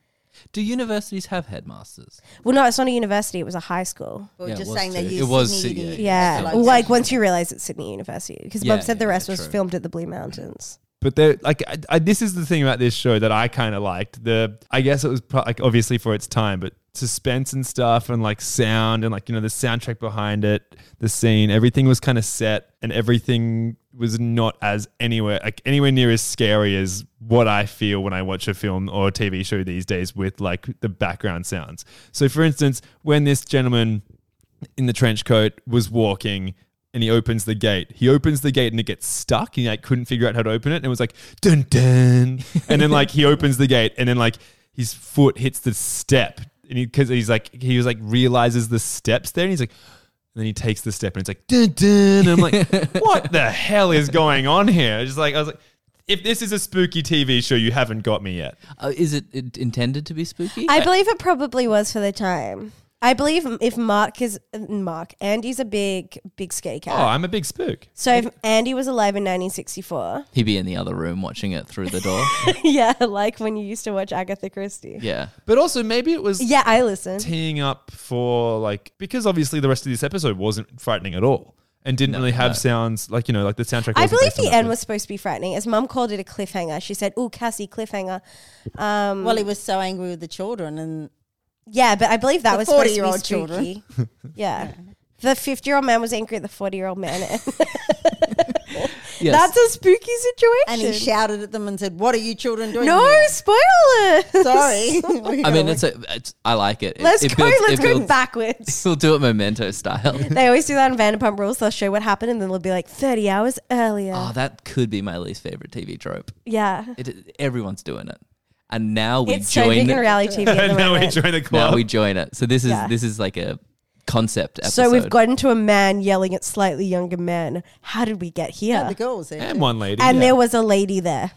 A: Do universities have headmasters?
B: Well, no, it's not a university; it was a high school.
D: We were
A: Yeah, it
D: just
A: was
D: saying
A: too.
D: they
A: It
D: used
A: was
D: Sydney,
A: Sydney,
D: Uni-
B: Yeah,
D: as
A: Yeah.
D: a
B: Well, like
D: location.
B: once you realize it's Sydney University, because
A: Yeah,
B: Mum said the
A: yeah,
B: rest
A: yeah,
B: was
A: true.
B: filmed at the Blue Mountains.
C: But they're like, I, I, this is the thing about this show that I kind of liked. The, I guess it was pro- like obviously for its time, but suspense and stuff, and like sound, and like you know the soundtrack behind it, the scene, everything was kind of set, and everything was not as anywhere like anywhere near as scary as what I feel when I watch a film or a TV show these days with like the background sounds. So, for instance, when this gentleman in the trench coat was walking and he opens the gate. He opens the gate and it gets stuck. He like couldn't figure out how to open it and it was like dun dun. And then like he opens the gate and then like his foot hits the step and he because he's like he was like realizes the steps there and he's like and then he takes the step and it's like dun dun. And I'm like what the hell is going on here? Just like I was like if this is a spooky TV show, you haven't got me yet.
A: Uh, is it, it intended to be spooky?
B: I believe it probably was for the time. I believe if Mark is Mark, Andy's a big, big skate cat.
C: Oh, I'm a big spook.
B: so if Andy was alive in 1964,
A: He'd be in the other room watching it through the
B: [laughs]
A: door.
B: yeah, like when you used to watch Agatha Christie.
A: yeah.
C: But also maybe it was
B: Yeah, I listened.
C: teeing up for like because obviously the rest of this episode wasn't frightening at all. and didn't
A: No,
C: really have
A: no.
C: sounds like you know like the soundtrack.
B: I believe
C: wasn't based on
B: the
C: that,
B: end
C: but- [laughs]
B: was supposed to be frightening. As mum called it a cliffhanger. She said, "Ooh, Cassie, cliffhanger." Um,
D: Well, he was so angry with the children, and
B: yeah, but I believe that
D: The
B: was supposed to be
D: 40-year-old
B: spooky. [laughs] yeah. The 50 year old man was angry at the 40 year old man. [laughs]
A: Yes.
B: That's a spooky situation.
D: and he shouted at them and said, "What are you children doing?"
B: no, [laughs]
D: here?"
B: spoilers. [laughs]
D: sorry. [laughs]
A: I mean, it's, a, it's I like it. It-
B: Let's
A: it
B: go.
A: builds-
B: let's
A: it
B: go
A: builds-
B: backwards.
A: We'll do it memento style.
B: They always do that on Vanderpump Rules. They'll show what happened, and then they'll be like 30 hours earlier.
A: [laughs] Oh, that could be my least favorite TV trope.
B: yeah,
A: It, everyone's doing it, and now we
B: it's so
A: join.
B: big in reality TV.
C: [laughs]
B: At the
C: now we
B: moment.
C: join the
A: now
C: club.
A: we join it. So this is
B: Yeah.
A: this is like a concept episode.
B: So we've gotten to a man yelling at slightly younger men. How did we get here?
D: the girls. There.
C: and one lady.
B: and
C: yeah.
B: there was a lady there.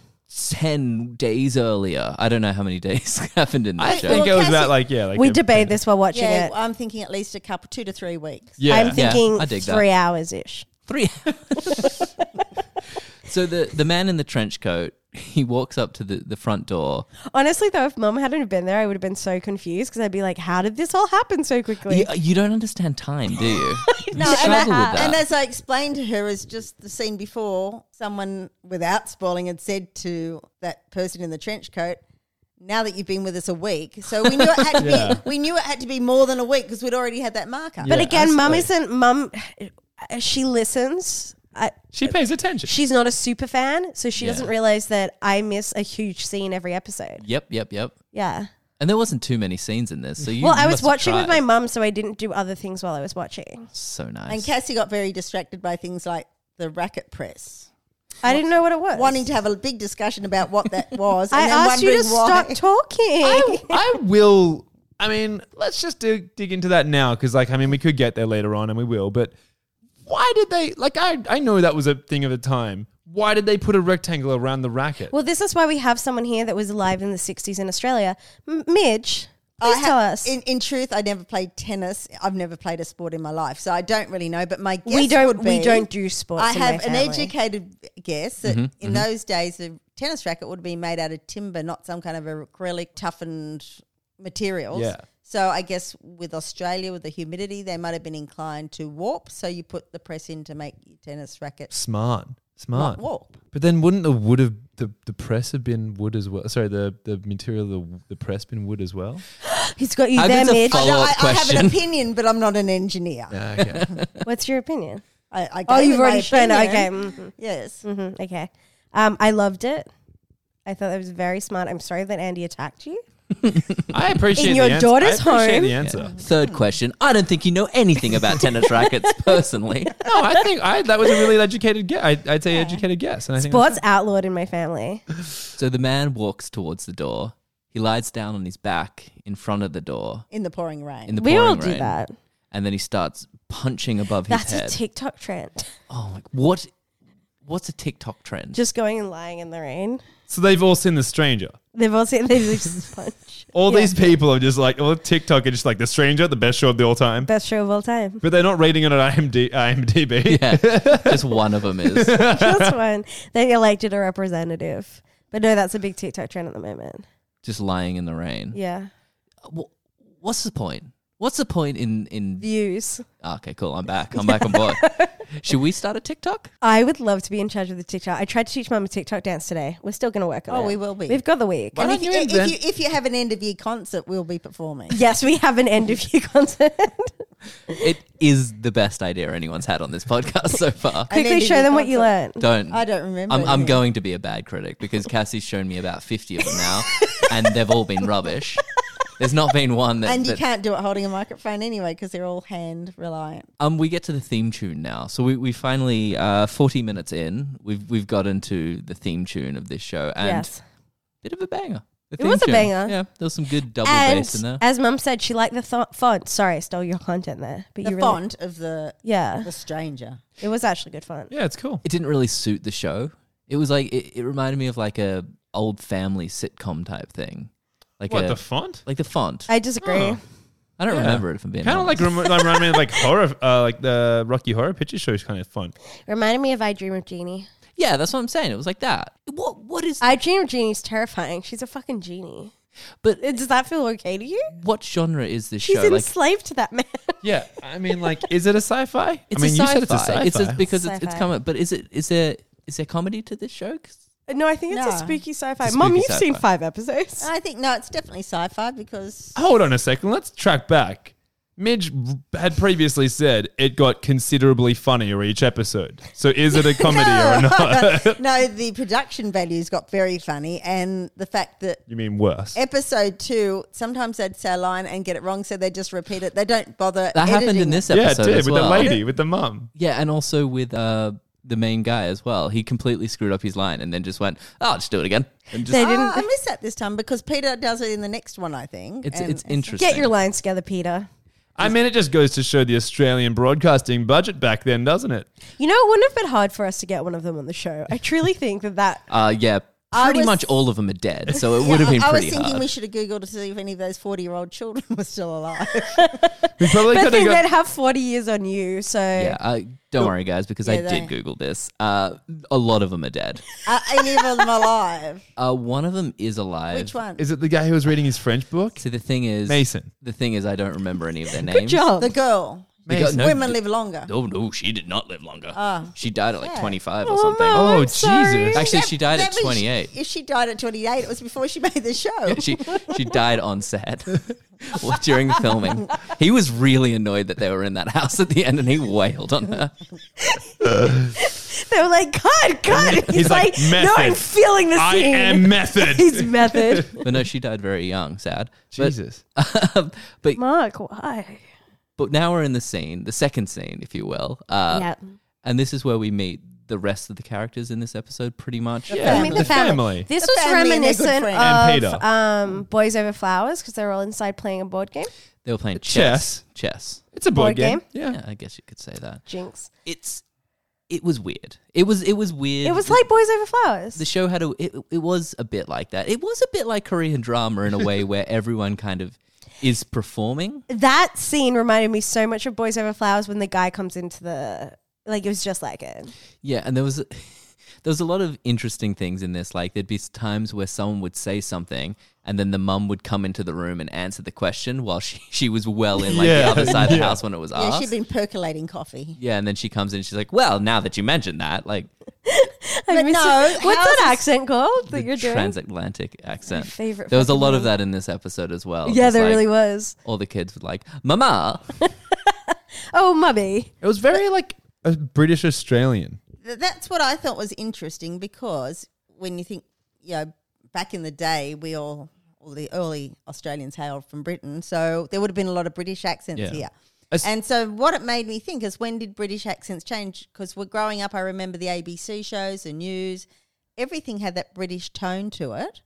A: ten days earlier. I don't know how many days [laughs] happened in that
C: I
A: show.
C: think it was
D: Cassie-
C: about like yeah, like
B: we
C: a-
B: debated this while watching
D: yeah,
B: it.
D: I'm thinking at least a couple, two to three weeks.
C: Yeah,
B: I'm thinking
A: I dig that.
B: three hours ish.
A: Three. [laughs] so the the man in the trench coat he walks up to the, the front door.
B: Honestly, though, if mum hadn't have been there, I would have been so confused because I'd be like, how did this all happen so quickly?
A: You, you don't understand time, do
B: [laughs]
A: you? you
D: No, and
A: struggle with
B: I-
A: that.
D: And as I explained to her, is just the scene before someone, without spoiling, had said to that person in the trench coat, "Now that you've been with us a week, so we knew it had to
C: Yeah.
D: be, we knew it had to be more than a week because we'd already had that marker."
B: but
C: Yeah,
B: again, mum
C: absolutely.
B: isn't mum. uh, She listens. I,
C: she pays attention.
B: she's not a super fan, so she
A: Yeah.
B: doesn't realize that I miss a huge scene every episode.
A: yep, yep, yep.
B: Yeah.
A: And there wasn't too many scenes in this. So you
B: Well, I was
A: must have
B: watching with
A: tried.
B: my mum, so I didn't do other things while I was watching.
A: So nice.
D: And Cassie got very distracted by things like the racket press,
B: I didn't know what it was.
D: wanting to have a big discussion about what that
B: [laughs]
D: was.
B: I
D: and then
B: asked you to
D: wondering
B: stop
D: why.
B: talking. [laughs]
C: I, I will. I mean, let's just dig, dig into that now because, like, I mean, we could get there later on, and we will. But why did they? Like, I I know that was a thing of the time. Why did they put a rectangle around the racket?
B: Well, this is why we have someone here that was alive in the 60s in Australia. M- Midge, please
D: I ha-
B: tell us.
D: In, in truth, I never played tennis. I've never played a sport in my life, so I don't really know. But my guess
B: we don't
D: would be
B: we don't do sports.
D: I
B: in my
D: have an
B: family.
D: educated guess that in those days, a tennis racket would be made out of timber, not some kind of acrylic toughened materials.
C: Yeah.
D: So I guess with Australia, with the humidity, they might have been inclined to warp. So you put the press in to make your tennis racket
C: smart,
D: not
C: smart.
D: warp.
C: But then, wouldn't the wood of the, the press have been wood as well? Sorry, the, the material of the, the press been wood as well?
B: He's got you
A: I
B: there,
A: was a
B: Midge.
A: fo-
D: I, know,
A: Follow-up
D: I, I have
A: question.
D: an opinion, but I'm not an engineer.
C: Yeah, okay.
B: What's your opinion?
D: I, I
B: Oh,
D: gave
B: you've
D: my
B: already shown it. Okay.
D: opinion.
B: hmm
D: Yes.
B: hmm Okay. Um, I loved it. I thought that was very smart. I'm sorry that Andy attacked you.
C: [laughs] I appreciate
B: In
C: the
B: your
C: answer.
B: daughter's
C: I appreciate
B: home.
C: the answer.
A: Third question. I don't think you know anything about tennis
B: [laughs]
A: rackets personally.
C: No, I think I, that was a really educated guess. I, I'd say educated guess. And I think
B: Sports outlawed in my family.
A: So the man walks towards the door. He lies down on his back in front of the door
D: In the pouring rain.
A: in the
B: We
A: pouring
B: all do
A: rain,
B: that.
A: And then he starts punching above his
B: That's a
A: head.
B: TikTok trend.
A: oh, my, what? What's a TikTok trend?
B: Just going and lying in the rain.
C: so they've all seen The Stranger.
B: They've all seen these just punch.
C: All
B: Yeah.
C: these people are just like, well, TikTok are just like The Stranger, the best show of the all time.
B: Best show of all time.
C: But they're not rating it on IMD, IMDb.
A: yeah, just one of them is.
B: That's one. They elected a representative. But no, that's a big TikTok trend at the moment.
A: just lying in the rain.
B: Yeah.
A: Wh- What's the point? What's the point in in?
B: Views.
A: Ah, okay, cool. I'm back. I'm back on board. Should we start a TikTok?
B: I would love to be in charge of the TikTok. I tried to teach mum a TikTok dance today. We're still going to work on it.
D: Oh, we will be.
B: We've got the week.
D: and
C: Why
D: if,
C: don't
D: you,
C: you
D: if,
C: invent-
D: you, if you have an end of year concert, we'll be performing.
B: Yes, we have an end of year [laughs] concert.
A: It is the best idea anyone's had on this podcast so far.
D: An
B: Quickly
D: end of
B: show
D: year
B: them what you
D: concert.
B: learned.
A: Don't.
D: I don't remember.
A: I'm, I'm
D: anything.
A: going to be a bad critic because Cassie's shown me about 50 of them now and they've all been rubbish. There's not been one that.
D: And you
A: that-
D: can't do it holding a microphone anyway because they're all hand reliant.
A: um, we get to the theme tune now. So we, we finally, uh, 40 minutes in, we've we've got into the theme tune of this show and
B: Yes.
A: bit of a banger. The
B: It was
A: theme
B: a banger.
A: Yeah, there was some good double bass in
B: And
A: there.
B: as mum said, she liked the th- font. Sorry, I stole your content there. But
D: The
B: you really-
D: font of [laughs] the
B: Yeah.
D: the stranger.
B: It was actually good font.
C: Yeah, it's cool.
A: It didn't really suit the show. It was like, it, it reminded me of like a old family sitcom type thing. Like
C: What,
A: a,
C: the font?
A: like the font. I,
B: I disagree.
C: Oh.
A: don't
C: yeah.
A: remember it if I'm being
C: Kind of
A: honest.
C: like, rem- like, reminded me of like horror, uh, like the Rocky Horror Picture Show kind of font.
B: Reminded me of I Dream of Jeannie.
A: Yeah, that's what I'm saying. It was like that. What what is
B: I Dream of Jeannie's terrifying. She's a fucking genie.
A: But
B: Does that feel okay to you?
A: what genre is this
B: She's
A: show? Like,
B: enslaved to that man. [laughs]
C: Yeah, I mean, like, is it a sci-fi?
A: it's
C: I mean,
A: a sci-fi.
C: you said it's a sci-fi.
A: It's because it's, it's
B: Sci-fi.
A: coming. But is it is there is there comedy to this show? 'Cause
B: no, I think it's a
D: No.
B: spooky sci-fi.
A: It's a
B: Mum,
A: spooky
B: you've seen
A: sci-fi.
B: five episodes.
D: I think no, it's definitely
A: [laughs]
D: sci-fi because
C: Hold on a second. Let's track back. Midge had previously said it got considerably funnier each episode. So is it a comedy
D: [laughs]
C: or not?
D: no, the production values got very funny, and the fact that
C: you mean worse?
D: episode two sometimes they'd say a line and get it wrong, so they just repeat it. They don't bother.
A: That happened
D: editing
A: in
D: it.
A: this
C: yeah, it
A: episode
C: did
A: as
C: with
A: well.
C: the lady, with the mum.
A: Yeah, and also with uh, the main guy as well. He completely screwed up his line and then just went, "Oh, I'll just do it again." And just,
B: They
D: Ah,
B: didn't-
D: I missed that this time because Peter does it in the next one. I think
A: it's
D: and
A: it's interesting.
B: Get your lines together, Peter.
C: I mean, it just goes to show the Australian broadcasting budget back then, doesn't it?
B: You know, it wouldn't have been hard for us to get one of them on the show. I truly think that that
A: uh, yeah,
D: I
A: pretty
D: was-
A: much all of them are dead, so
D: [laughs]
A: it would have been
D: I was
A: pretty
D: thinking
A: hard.
D: we should have googled to see if any of those forty-year-old children were still alive. [laughs]
C: We probably
B: but
C: could
B: then
C: have
B: they'd
C: got.
B: have 40 years on you. So
A: yeah, uh, don't worry, guys, because I
D: Yeah,
A: did
D: they-
A: Google this. Uh, a lot of them are
D: [laughs]
A: dead.
D: Are any of them alive?
A: Uh, one of them is alive.
D: Which one?
C: Is it the guy who was reading his
A: [laughs]
C: French book?
A: So the thing is,
C: Mason.
A: The thing is, I don't remember any
D: [laughs]
A: of their names.
B: good job.
D: the girl.
A: They got- no,
D: Women live longer.
A: Oh no, she did not live longer.
D: Oh,
A: she died at like
D: yeah.
A: 25 or
B: Oh,
A: something.
B: no.
C: Oh,
B: I'm sorry.
C: Jesus.
A: Actually, she died
D: That
A: at
D: means
A: 28.
D: If she died at 28, it was before she [laughs] made the show.
A: [laughs] she she died on set [laughs] Well, during the filming. He was really annoyed that they were in that house at the end, and he wailed on her.
B: They were like, cut, cut. He's,
C: He's like,
B: like, no, I'm
C: method.
B: feeling the
C: I
B: scene. [laughs]
C: am method.
B: His method.
A: [laughs] But no, she died very young. Sad. But- [laughs]
C: Jesus.
A: But but,
B: Mark, why?
A: now we're in the scene, the second scene, if you will. Uh,
B: yeah.
A: And this is where we meet the rest of the characters in this episode, pretty much.
C: Yeah,
B: I mean, the,
C: the
B: family.
C: family.
B: This
D: The
B: was
D: family and their good
B: reminiscent
D: friend.
C: And
B: of
C: Peter.
B: um, Boys Over Flowers because they were all inside playing a board game.
A: They were playing
C: Chess.
A: chess. Chess.
C: It's a board,
B: Board
C: game.
B: game?
C: Yeah.
A: Yeah, I guess you could say that.
B: Jinx.
A: It's it was weird. It was it was weird.
B: It was like Boys Over Flowers.
A: the show had a it, it was a bit like that. It was a bit like Korean drama in a way
C: [laughs]
A: where everyone kind of is performing.
B: that scene reminded me so much of Boys Over Flowers when the guy comes into the. Like, it was just like it.
A: Yeah, and there was there was a lot of interesting things in this. Like there'd be times where someone would say something and then the mum would come into the room and answer the question while she, [laughs] she was well in like
C: Yeah,
A: the other side of the
C: yeah.
A: house when it was
D: Yeah,
A: asked.
D: she'd been percolating coffee.
A: yeah, and then she comes in and she's like, Well, now that you mentioned that, like
B: I miss
D: no,
B: it. what's
D: how's
B: that
D: this-
B: accent called that you're doing?
A: transatlantic accent.
B: favorite
A: There was a
B: fucking
A: lot of
B: movie.
A: that in this episode as well.
B: yeah,
A: Just,
B: there
A: like,
B: really was.
A: all the kids were like, Mama
B: Oh, mummy.
C: It was very like a British Australian.
D: Th- That's what I thought was interesting because when you think, you know, back in the day, we all, all the early Australians hailed from Britain. So there would have been a lot of British accents
C: Yeah.
D: here.
C: As-
D: And so what it made me think is when did British accents change? Because we're growing up, I remember the ABC shows, the news, everything had that British tone to it.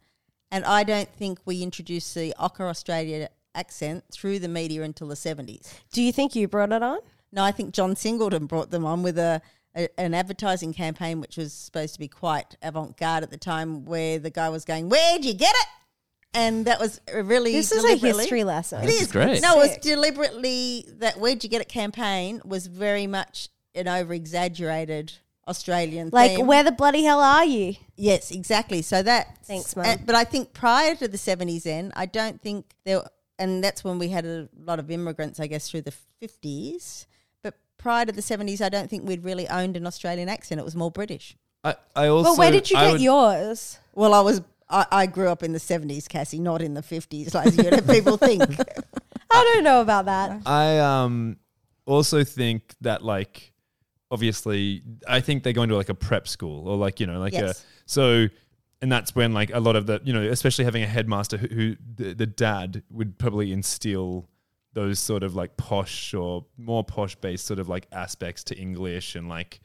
D: And I don't think we introduced the Ocker Australia accent through the media until the 70s.
B: Do you think you brought it on?
D: No, I think John Singleton brought them on with a, a an advertising campaign which was supposed to be quite avant garde at the time, where the guy was going, "Where'd you get it?" And that was a really
B: This is a
D: deliberately-
B: history lesson.
A: This is great.
D: No, it was
B: Sick.
D: deliberately that "Where'd you get it?" campaign was very much an over exaggerated Australian
B: Like,
D: theme.
B: where the bloody hell are you?
D: Yes, exactly. So that
B: Thanks, Mum.
D: uh, But I think prior to the seventies, then I don't think there, and that's when we had a lot of immigrants, I guess, through the fifties. But prior to the seventies, I don't think we'd really owned an Australian accent. It was more British.
C: I, I also.
B: well, where did you
C: I
B: get
C: would-
B: yours?
D: Well, I was. I, I grew up in the seventies, Cassie, not in the fifties, like you know, people think.
B: I don't know about that.
C: I um also think that like obviously I think they're going to like a prep school or like you know like
D: Yes.
C: a so and that's when like a lot of the you know especially having a headmaster who, who the, the dad would probably instill those sort of like posh or more posh based sort of like aspects to English and like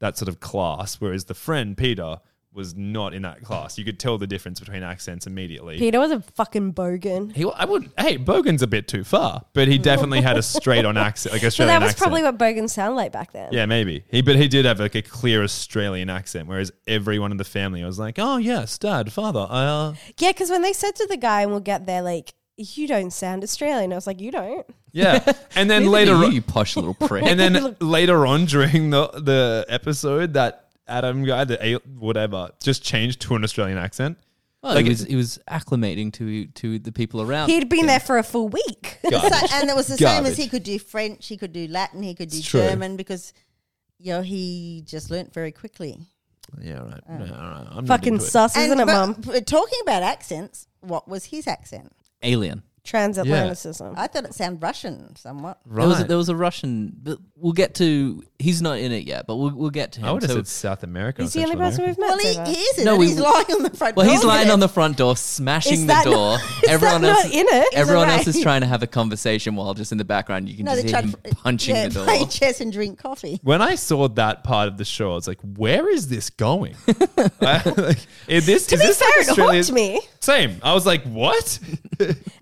C: that sort of class whereas the friend Peter was not in that class you could tell the difference between accents immediately
B: Peter was a fucking bogan.
C: he, I would. Hey, Bogan's a bit too far, but he definitely had a straight on accent, like
B: But
C: Australian
B: that was
C: accent.
B: probably what bogans sound like back then.
C: yeah, maybe he, but he did have like a clear Australian accent, whereas everyone in the family was like, "Oh yes, Dad, Father, uh,
B: Yeah, because when they said to the guy, and we'll get there, like, you don't sound Australian. I was like, you don't. [laughs]
C: yeah." And then
A: Neither
C: later,
A: do you,
C: on,
A: you posh little prick.
C: and then later on during the the episode, that Adam guy, the a- whatever, just changed to an Australian accent.
A: Well,
C: Like-
A: he was he was acclimating to to the people around.
B: He'd been there for a full week.
A: [laughs]
D: So- and it was the same as he
C: Garbage.
D: could do French, he could do Latin, he could do
C: It's true.
D: German because you know he just learnt very quickly.
C: Yeah, all right. No, all right. I'm not
B: Oh. [laughs] Fucking
C: into it.
B: sus, isn't it,
D: but-
B: mum?
D: but talking about accents, what was his accent?
A: Alien.
B: Transatlanticism.
D: I thought it sounded Russian somewhat.
A: There was a,
C: Right.
A: there was a Russian. But we'll get to. He's not in it yet, but we'll we'll get to him.
C: I would have
A: So-
C: said South America.
B: He's
C: or
B: the only
C: Central
B: person
C: America.
B: we've met.
D: Well,
B: so
D: he,
B: far.
D: he is. No,
A: No, we-
D: he's lying on the front.
A: well, he's
D: door
A: lying
D: there.
A: on the front door,
B: Is
A: smashing the
B: that not-
A: door.
B: [laughs] is
A: everyone
B: that
A: else,
B: not in it?
A: everyone
D: He's
A: else is
D: away.
A: trying to have a conversation while just in the background you can
D: they
A: just hear
D: tried
A: him
D: to-
A: punching
D: yeah,
A: the
D: Play
A: door.
D: chess and drink coffee.
C: When I saw that part of the show, I was like, "Where is this going?"
B: [laughs]
C: I, like, is this,
B: to
C: is
B: be
C: this like
B: fair, it
C: Australia's-
B: hooked me.
C: Same. I was
A: [laughs]
C: like, "What?"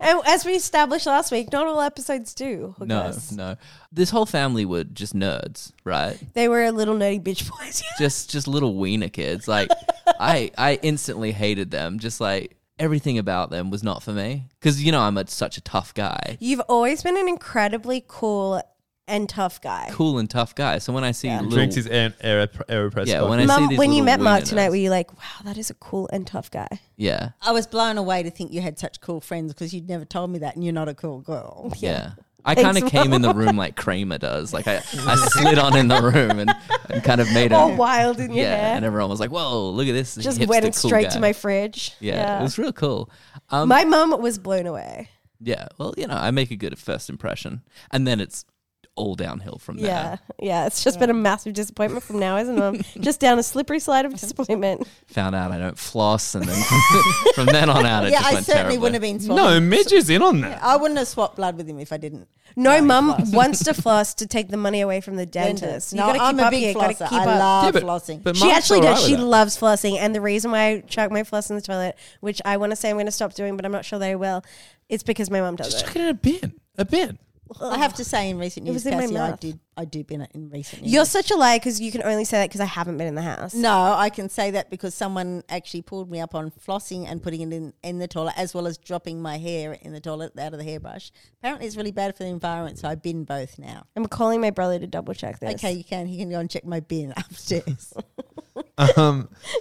B: And as we established last week, not all episodes do.
A: [laughs]
B: hook
A: No,
B: us.
A: no. This whole family were just nerds, right?
B: They were a little nerdy bitch boys. [laughs]
A: just just little wiener kids. Like I I instantly hated them. Just like everything about them was not for me. Because you know I'm a, such a tough guy,
B: You've always been an incredibly cool and tough guy.
A: cool and tough guy. So when I see little,
C: Drinks his air, air, aeropress.
A: Yeah,
C: coffee.
A: when I- see
B: Mum,
A: these
B: when you
A: little
B: met Mark
A: wiener
B: tonight,
A: nerds.
B: were you like, wow, that is a cool and tough guy?
A: [laughs] yeah,
D: I was blown away to think you had such cool friends because you'd never told me that, and you're not a cool girl.
A: yeah. I kind of came in the room like Kramer does. Like I, I slid on in the room and, and kind of made
B: All
A: a
B: wild in your
A: yeah, and
B: hair.
A: everyone was like, "Whoa, look at this!"
B: Oh, Just
A: hipster
B: went
A: cool
B: straight
A: guy."
B: to my fridge.
A: yeah, it was real cool. Um,
B: my mum was blown away.
A: yeah, well, you know, I make a good first impression, and then it's all downhill from there.
B: Yeah. Yeah. It's just been a massive disappointment from now, isn't it? [laughs] mum? just down a slippery slide of disappointment.
A: found out I don't floss, and then [laughs] from then on out, it
D: yeah,
A: just
D: I
A: went
D: certainly
A: terribly.
D: wouldn't have been. Swapped.
C: no, Midge is in on that.
D: I wouldn't have swapped blood with him if I didn't.
B: No, [laughs] mum wants to floss to take the money away from the dentist. You
D: no,
B: gotta keep
D: I'm a
B: up
D: big
B: here. Gotta
D: flosser.
B: keep
D: I
B: up.
D: love
C: Yeah, but-
D: flossing.
C: but
B: She
C: Mark's
B: actually
C: all right
B: does.
C: with
B: She
C: that.
B: loves flossing, and the reason why I chuck my floss in the toilet, which I want to say I'm going to stop doing, but I'm not sure that I will, it's because my mum does
C: Just
B: it. [laughs]
C: chuck it in a bin. A bin.
D: I have to say, in recent
B: It
D: years,
B: was in my
D: Cassie, I
B: mouth.
D: did, I do bin it in recent years.
B: You're such a liar because you can only say that because I haven't been in the house.
D: No, I can say that because someone actually pulled me up on flossing and putting it in, in the toilet, as well as dropping my hair in the toilet out of the hairbrush. Apparently, it's really bad for the environment, so I bin both now.
B: I'm calling my brother to double check this.
D: Okay, you can. He can go and check my bin [laughs] upstairs.
B: [laughs]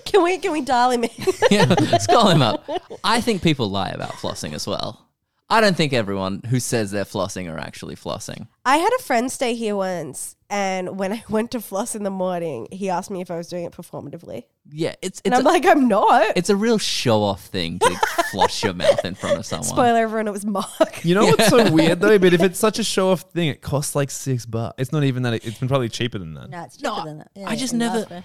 B: Can we can we dial him in?
A: [laughs] yeah, let's call him up. I think people lie about flossing as well. I don't think everyone who says they're flossing are actually flossing.
B: I had a friend stay here once, and when I [laughs] went to floss in the morning, he asked me if I was doing it performatively,
A: Yeah, it's
B: and
A: it's
B: I'm
A: a,
B: like, I'm not.
A: it's a real show off thing
D: [laughs]
A: to floss your mouth in front of someone.
B: Spoiler, everyone, it was Mark.
C: You know what's so weird though? But if it's
B: [laughs]
C: such a show off thing, it costs like six bucks. It's not even that. It's been probably cheaper than that.
D: no, it's cheaper
A: No,
D: than that.
A: I just
D: in
A: never-
D: Loughborough.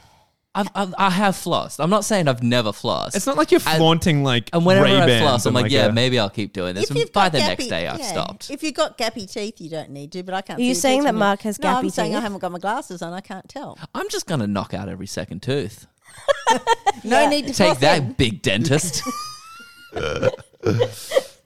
A: I've, I've, I have flossed. I'm not saying I've never flossed.
C: It's not like you're
A: I-
C: flaunting like
A: and whenever I
C: Ray-Bans
A: floss, I'm
C: and,
A: like, yeah,
C: a-
A: maybe I'll keep doing this.
D: If
A: And
D: you've
A: by
D: got
A: the
D: gappy-
A: next day, I've
D: yeah.
A: stopped.
D: If you've got gappy teeth, you don't need to. But I can't.
B: Are you
D: see the
B: saying
D: teeth
B: that
D: from
B: Mark
D: here.
B: has
D: No, I'm
B: gappy
D: saying I
B: teeth?
D: haven't got my glasses on. I can't tell.
A: I'm just gonna knock out every second
D: [laughs]
A: tooth.
D: No
B: Yeah.
D: need to
A: Take
D: floss
A: that,
D: in.
A: big dentist. [laughs]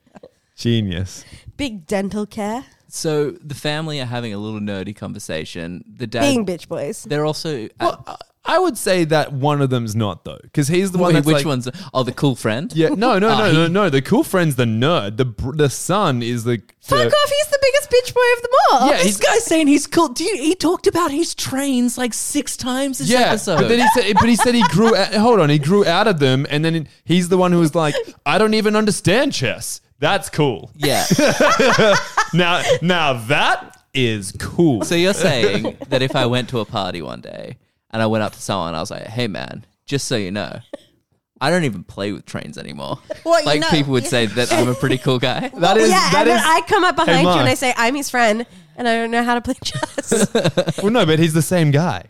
C: genius.
B: Big dental care,
A: so the family are having a little nerdy conversation. The dad,
B: being bitch boys.
A: they're also at-
C: Well, I- I would say that one of them's not though, because he's the one
A: Wait,
C: that's
A: which
C: like,
A: one's oh the cool friend?
C: Yeah, no, no,
A: Ah,
C: no,
A: he-
C: no, no. The cool friend's the nerd. The br- the son is the
B: Fuck
C: the-
B: off! He's the biggest bitch boy of them all.
C: Yeah,
A: Oh, This
C: he's
A: guy's saying he's cool. Do you, he talked about his trains like six times this
C: yeah.
A: episode.
C: But then he said, but he said he grew. Out, hold on, he grew out of them, and then he's the one who was like, I don't even understand chess. That's cool.
A: [laughs] yeah.
C: Now, now that is cool.
A: So you're
C: [laughs]
A: saying that if I went to a party one day and I went up to someone, I was like, "Hey, man, just so you know, I don't even play with trains anymore."
D: Well, you
A: like
D: know-
A: people would say that I'm a pretty cool
D: [laughs]
A: guy.
C: that is
B: Oh, yeah,
C: that
B: and
C: is.
B: then I come up behind you
C: Mark.
B: and I say, I'm his friend and I don't know how to play
C: [laughs]
B: chess.
C: well, no, but he's the same guy.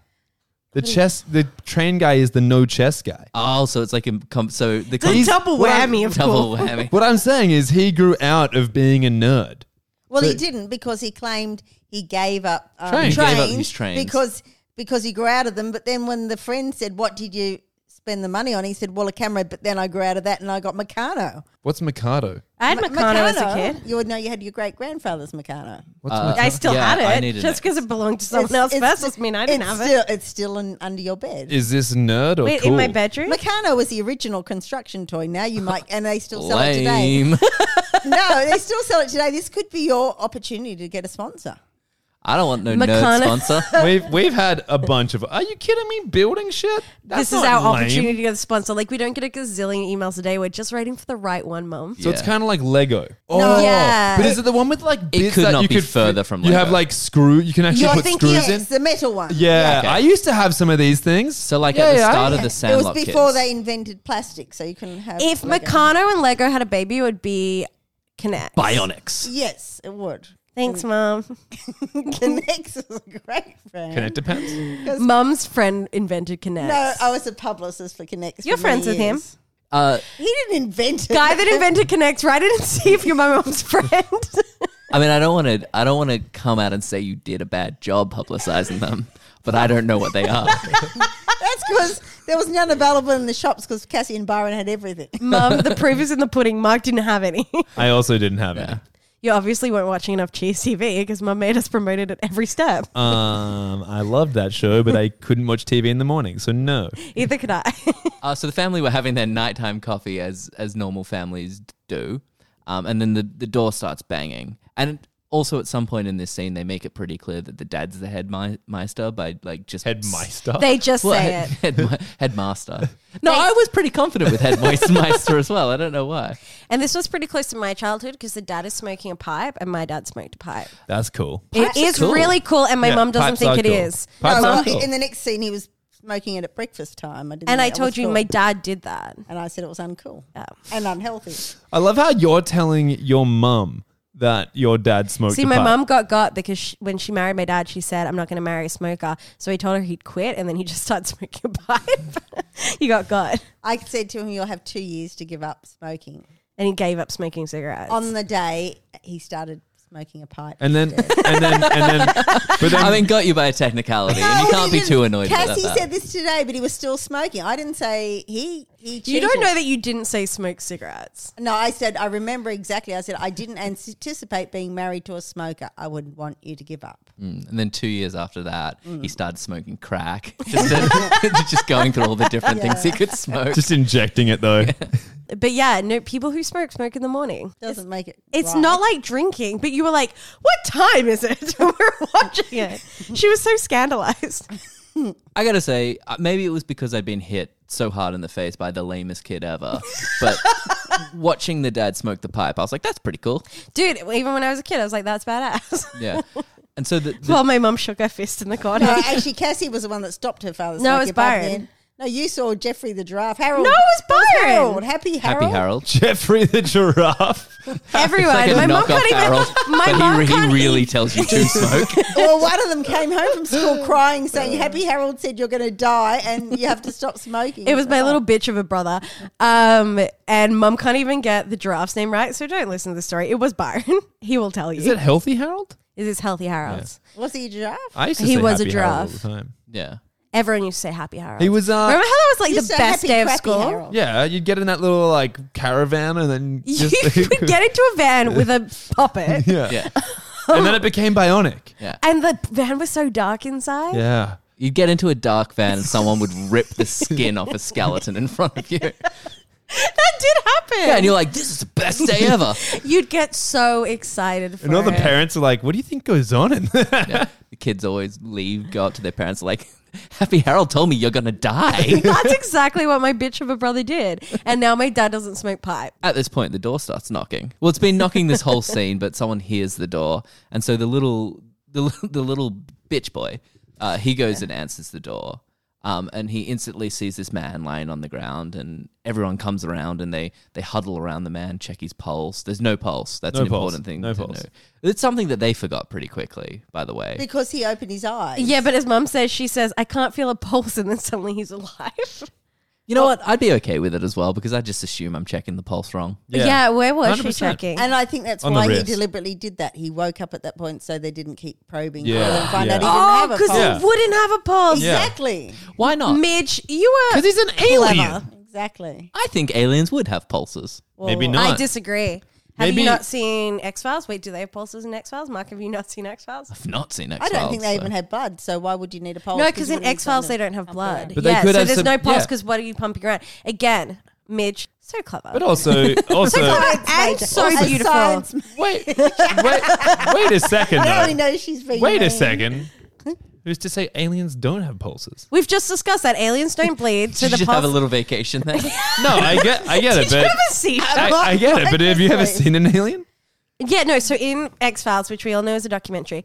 C: The chess, the train guy is the no chess guy.
A: oh, so it's like in com- so the
B: the double
C: what I'm-
B: whammy of
A: double
B: cool.
A: whammy.
C: What I'm saying is he grew out of being a nerd.
D: Well, he
C: So-
D: didn't because he claimed he gave up um,
C: Trains.
D: trains,
C: He
A: gave up his trains.
D: because because he grew out of them. But then when the friend said, "What did you spend the money on?" he said, "Well, a camera." But then I grew out of that and I got Meccano.
C: What's Mikado?
B: I had
D: Ma-
B: Meccano as a
D: Meccano?
B: kid.
D: You would know you had your great grandfather's Meccano.
C: What's
A: Uh,
B: I still
A: Yeah, I
B: had it.
A: needed
B: Just
A: it.
B: because it belonged to someone else first doesn't mean I didn't have it.
D: Still, it's still in, under your bed.
C: Is this nerd or
B: Wait,
C: cool?
B: in my bedroom?
D: Meccano was the original construction toy. Now you might, and they still sell it [laughs] today.
A: Lame. [laughs]
D: No, they still sell it today. This could be your opportunity to get a sponsor.
A: I don't want no
B: McConaughey.
A: nerd sponsor.
D: [laughs]
C: We've we've had a bunch of. Are you kidding me? Building shit. That's
B: this is
C: not
B: our
C: lame.
B: opportunity to get a sponsor. Like we don't get a gazillion emails a day. We're just waiting for the right one, mom.
C: So it's
A: Yeah.
C: kind of like Lego. Oh,
B: Yeah.
C: but is it the one with like? bits
A: could
C: that
A: not
C: you
A: be
C: could fit-
A: further from
C: You
A: Lego.
C: have like screw. You can actually
D: Yeah, I
C: put
D: think
C: screws
D: yes,
C: in.
D: the metal one.
C: Yeah,
A: okay.
C: I used to have some of these things.
A: So like
C: Yeah,
A: at the
C: yeah,
A: start
C: I-
A: of the
D: It was
A: Sandlot
D: before
A: kids.
D: they invented plastic, so you couldn't have.
B: If
D: Lego.
B: Meccano and Lego had a baby, it would be Connect.
A: Bionics.
D: Yes, it would. [laughs]
C: Mm.
B: Thanks, mom.
D: Connects is a great brand.
C: Connect depends.
B: Mom's friend invented Connect.
D: No, I was a publicist for Connects.
B: You're
D: for
B: friends
D: many
B: with him?
D: years.
A: Uh,
D: He didn't invent
B: [laughs]
D: it. [laughs]
B: Guy that invented Connect, write it and [laughs] see if you're my mom's friend.
C: [laughs]
A: I mean, I don't want to. I don't want to come out and say you did a bad job publicizing them, but I don't know what they are.
D: That's because there was none available in the shops because Cassie and Byron had everything.
B: Mum, the proof is in the pudding. Mark didn't have any. [laughs]
C: I also didn't have any.
B: You obviously weren't watching enough Cheese TV because Mum made us promote it at every step.
C: Um, I loved that show, but I couldn't watch TV in the morning, so no.
B: Either could I. [laughs]
A: Uh, so the family were having their nighttime coffee as as normal families do, um, and then the the door starts banging. And also at some point in this scene, they make it pretty clear that the dad's the headmeister by like just
C: Headmeister.
B: they just
A: Well,
B: say
A: head-
B: it.
A: headmi- headmaster. No,
B: They-
A: I was pretty confident with headmeister as well. I don't know why.
B: And this was pretty close to my childhood because the dad is smoking a pipe and my dad smoked a pipe.
C: That's cool.
B: It
A: Pipes are
B: is
A: cool.
B: really cool, and my
C: Yeah,
B: mum doesn't
C: pipes
B: think
C: are
B: it
C: cool.
B: is.
C: Pipes
D: [laughs] No,
C: are
D: well,
C: cool.
D: in the next scene, he was smoking it at breakfast time. I didn't
B: And
D: know
B: I
D: that
B: told
D: was
B: you,
D: cool.
B: my dad did that.
D: and I said it was uncool
B: Yeah.
D: and unhealthy.
C: I love how you're telling your mum that your dad smoked.
B: See,
C: a
B: my
C: pipe.
B: mum got got because she, when she married my dad, she said, "I'm not going to marry a smoker." So he told her he'd quit, and then he [laughs] just started smoking a pipe. [laughs] he got got,
D: I said to him, "You'll have two years to give up smoking."
B: and he gave up smoking cigarettes.
D: On the day he started smoking a pipe,
C: And then, and then,
B: [laughs]
C: and then, but then,
A: I mean, got you by a technicality, and
D: No,
A: you can't
D: he
A: be too
D: didn't.
A: annoyed about
D: Cassie
A: that.
D: said this today, but he was still smoking. I didn't say he. he
B: you don't
D: cheated.
B: know that you didn't say smoke cigarettes.
D: No, I said I remember exactly. I said I didn't anticipate being married to a smoker. I wouldn't want you to give up.
A: And then two years after that,
B: Mm.
A: he started smoking crack. [laughs] Just,
B: [laughs]
A: just going through all the different things he could smoke.
C: just injecting it though.
B: But yeah, no, people who smoke smoke in the morning.
D: Doesn't make it.
B: It's
D: right.
B: not like drinking, but you were like, "What time is it?" [laughs] we're watching it. She was so scandalized.
A: I gotta say, uh, maybe it was because I'd been hit so hard in the face by the lamest kid
B: [laughs]
A: ever. But watching the dad smoke the pipe, I was like, that's pretty cool.
B: Dude, even when I was a kid, I was like, that's badass. [laughs]
A: Yeah. And so the, the
B: well, my mum shook her fist in the corner.
D: No,
B: No, it
D: actually, Cassie was the one that stopped her
B: No,
D: father.
B: it
D: smoking
B: was
D: a pipe
B: Byron.
D: then. No, you saw Jeffrey the giraffe. Harold.
B: was
D: Harold.
B: Byron.
D: Happy Harold.
A: Happy Harold.
C: Jeffrey the giraffe.
B: Everyone.
A: Like a
B: my mum
A: knockoff
B: can't
A: Harold.
B: even. My mum
A: but he, re-
B: can't
A: he really
B: even-
A: tells you to smoke.
D: [laughs]
A: [laughs]
D: Well, one of them came home from
B: [laughs]
D: school crying, saying, "Happy Harold said you're going to die and you have to
B: [laughs]
D: stop smoking."
B: It was my
D: Oh.
B: little bitch of a brother. Um, and mum can't even get the giraffe's name right, so don't listen to the story. It was Byron. [laughs] He will tell you.
C: Is it healthy Harold?
B: Is this healthy Harold's?
D: Was he a giraffe?
C: I used to
B: He
C: say
B: was a
C: Happy Harold
B: giraffe.
C: all the time.
A: Yeah.
B: Everyone used to say happy Harold.
C: He was. Uh,
B: Remember how that was like
D: Just
B: the
D: a
B: best
D: happy,
B: day of
D: crappy
B: school?
D: Harold.
C: yeah, you'd get in that little like caravan, and then
B: [laughs] You
C: just
B: could get into
A: [laughs]
B: a van with a puppet,
C: [laughs] yeah.
B: [laughs]
A: Yeah.
C: and then it became bionic.
A: Yeah.
B: and the van was so dark inside.
C: Yeah.
A: You'd get into a dark van and someone would rip the skin off a skeleton in front of you.
B: [laughs] That did happen.
A: Yeah, and you're like, this is the best day ever.
B: You'd get so excited for
C: And all the
B: it.
C: parents are like, "What do you think goes on in there?"
A: Yeah. [laughs] The kids always leave, go up to their parents, like, Happy Harold told me you're gonna
C: [laughs]
A: die.
B: That's exactly what my bitch of a brother did. And now my dad doesn't smoke pipe.
A: At this point, the door starts knocking. Well, it's been knocking this whole scene, but someone hears the door, and so the little the, [laughs] li- the little bitch boy, uh, he goes and answers the door, um, and he instantly sees this man lying on the ground, and everyone comes around and they they huddle around the man, check his pulse. There's no pulse. That's
C: No
A: an
C: pulse.
A: important thing
C: No
A: to
C: pulse.
A: know. It's something that they forgot pretty quickly, by the way.
D: Because he opened his eyes.
B: Yeah, but as mum says, she says, I can't feel a pulse. And then suddenly he's alive.
A: You know what? I'd be okay with it as well because I just assume I'm checking the pulse wrong.
B: Yeah, where was she
C: 100%.
B: checking?
D: And I think that's
C: On the
D: why he
C: wrist.
D: deliberately did that. He woke up at that point so they didn't keep probing
C: Yeah.
D: and find
C: Yeah.
D: out he didn't
B: oh,
D: have a
B: because
D: pulse.
C: Yeah.
B: he wouldn't have a pulse.
C: Yeah.
D: Exactly.
A: Why not?
B: Midge, you were.
C: 'Cause he's an
B: clever.
C: alien.
D: Exactly.
A: I think aliens would have pulses.
C: Maybe
D: well,
C: not.
B: I disagree. Have
C: Maybe-
B: you not seen X Files? Wait, do they have pulses in X Files? Mark, have you not seen X Files?
A: I've not seen
D: I
A: X-Files.
D: don't think they
A: so-
D: even had blood, so why would you need a pulse?
B: No, because
D: you
B: in
D: wouldn't
B: X Files
D: need
B: they don't have blood.
C: But they
B: yeah,
C: could
B: so
C: have
B: there's
C: some-
B: no pulse
C: yeah.
B: because what are you pumping around? Again, Midge, so clever. [laughs]
C: But also, also,
B: and so
D: Also
B: beautiful.
D: science-
C: wait, wait, wait a second.
D: I only
C: Though.
D: know she's been.
C: Wait a
D: mean.
C: second. Who's to say aliens don't have pulses?
B: We've just discussed that aliens don't
C: [laughs]
B: bleed, so
A: Did you
B: the
A: just have a
B: pulse.
A: little vacation
D: [laughs]
A: there?
C: No, I get, I get it,
B: Did you
C: but
B: ever see
C: I,
B: that?
C: I get it. But have you ever seen an alien?
B: Yeah, no. So in X Files, which we all know is a documentary,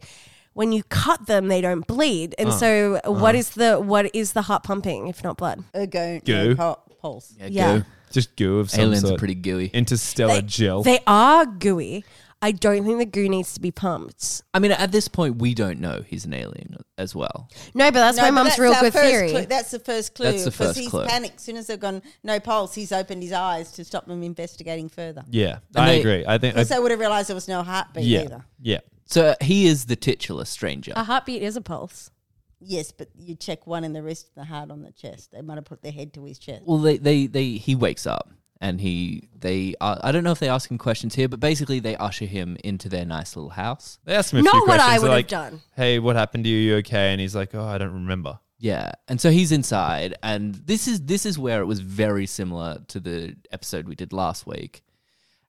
B: when you cut them, they don't bleed.
C: Ah,
B: And so,
C: uh-huh.
B: what is the what is the heart pumping if not blood?
D: Uh, go,
C: Go.
D: no, pul- pulse.
B: Yeah.
A: goo.
C: Just goo of some
A: Aliens
C: sort.
A: are pretty gooey.
C: interstellar
B: They-
C: gel.
B: They are gooey. I don't think the goo needs to be pumped.
A: I mean, at this point, we don't know he's an alien as well.
B: No, but that's
D: No,
B: my
D: but
B: mum's
D: that's
B: real
D: our
B: good
D: first
B: theory.
D: Clue. That's the first clue.
A: That's the
D: because
A: first
D: he's
A: clue.
D: panicked. As soon as they've gone no pulse, he's opened his eyes to stop them investigating further.
C: yeah,
A: And
C: I
A: they-
C: agree. I think. I,
D: Because they would have realised there was no heartbeat
C: yeah,
D: either.
C: yeah.
A: So uh, he is the titular stranger.
D: Ah.
B: A heartbeat is a pulse.
D: Yes, but you check one and the rest of the heart on the chest. They might have put their head to his chest.
A: Well, they, they, they he wakes up and he they uh, I don't know if they ask him questions here, but basically they usher him into their nice little house.
C: They asked him a
B: Not
C: few
B: what I
C: questions. They're
B: would have
C: like,
B: done.
C: Hey, what happened to you? You okay? And he's like, Oh, I don't remember.
A: Yeah, and so he's inside, and this is this is where it was very similar to the episode we did last week,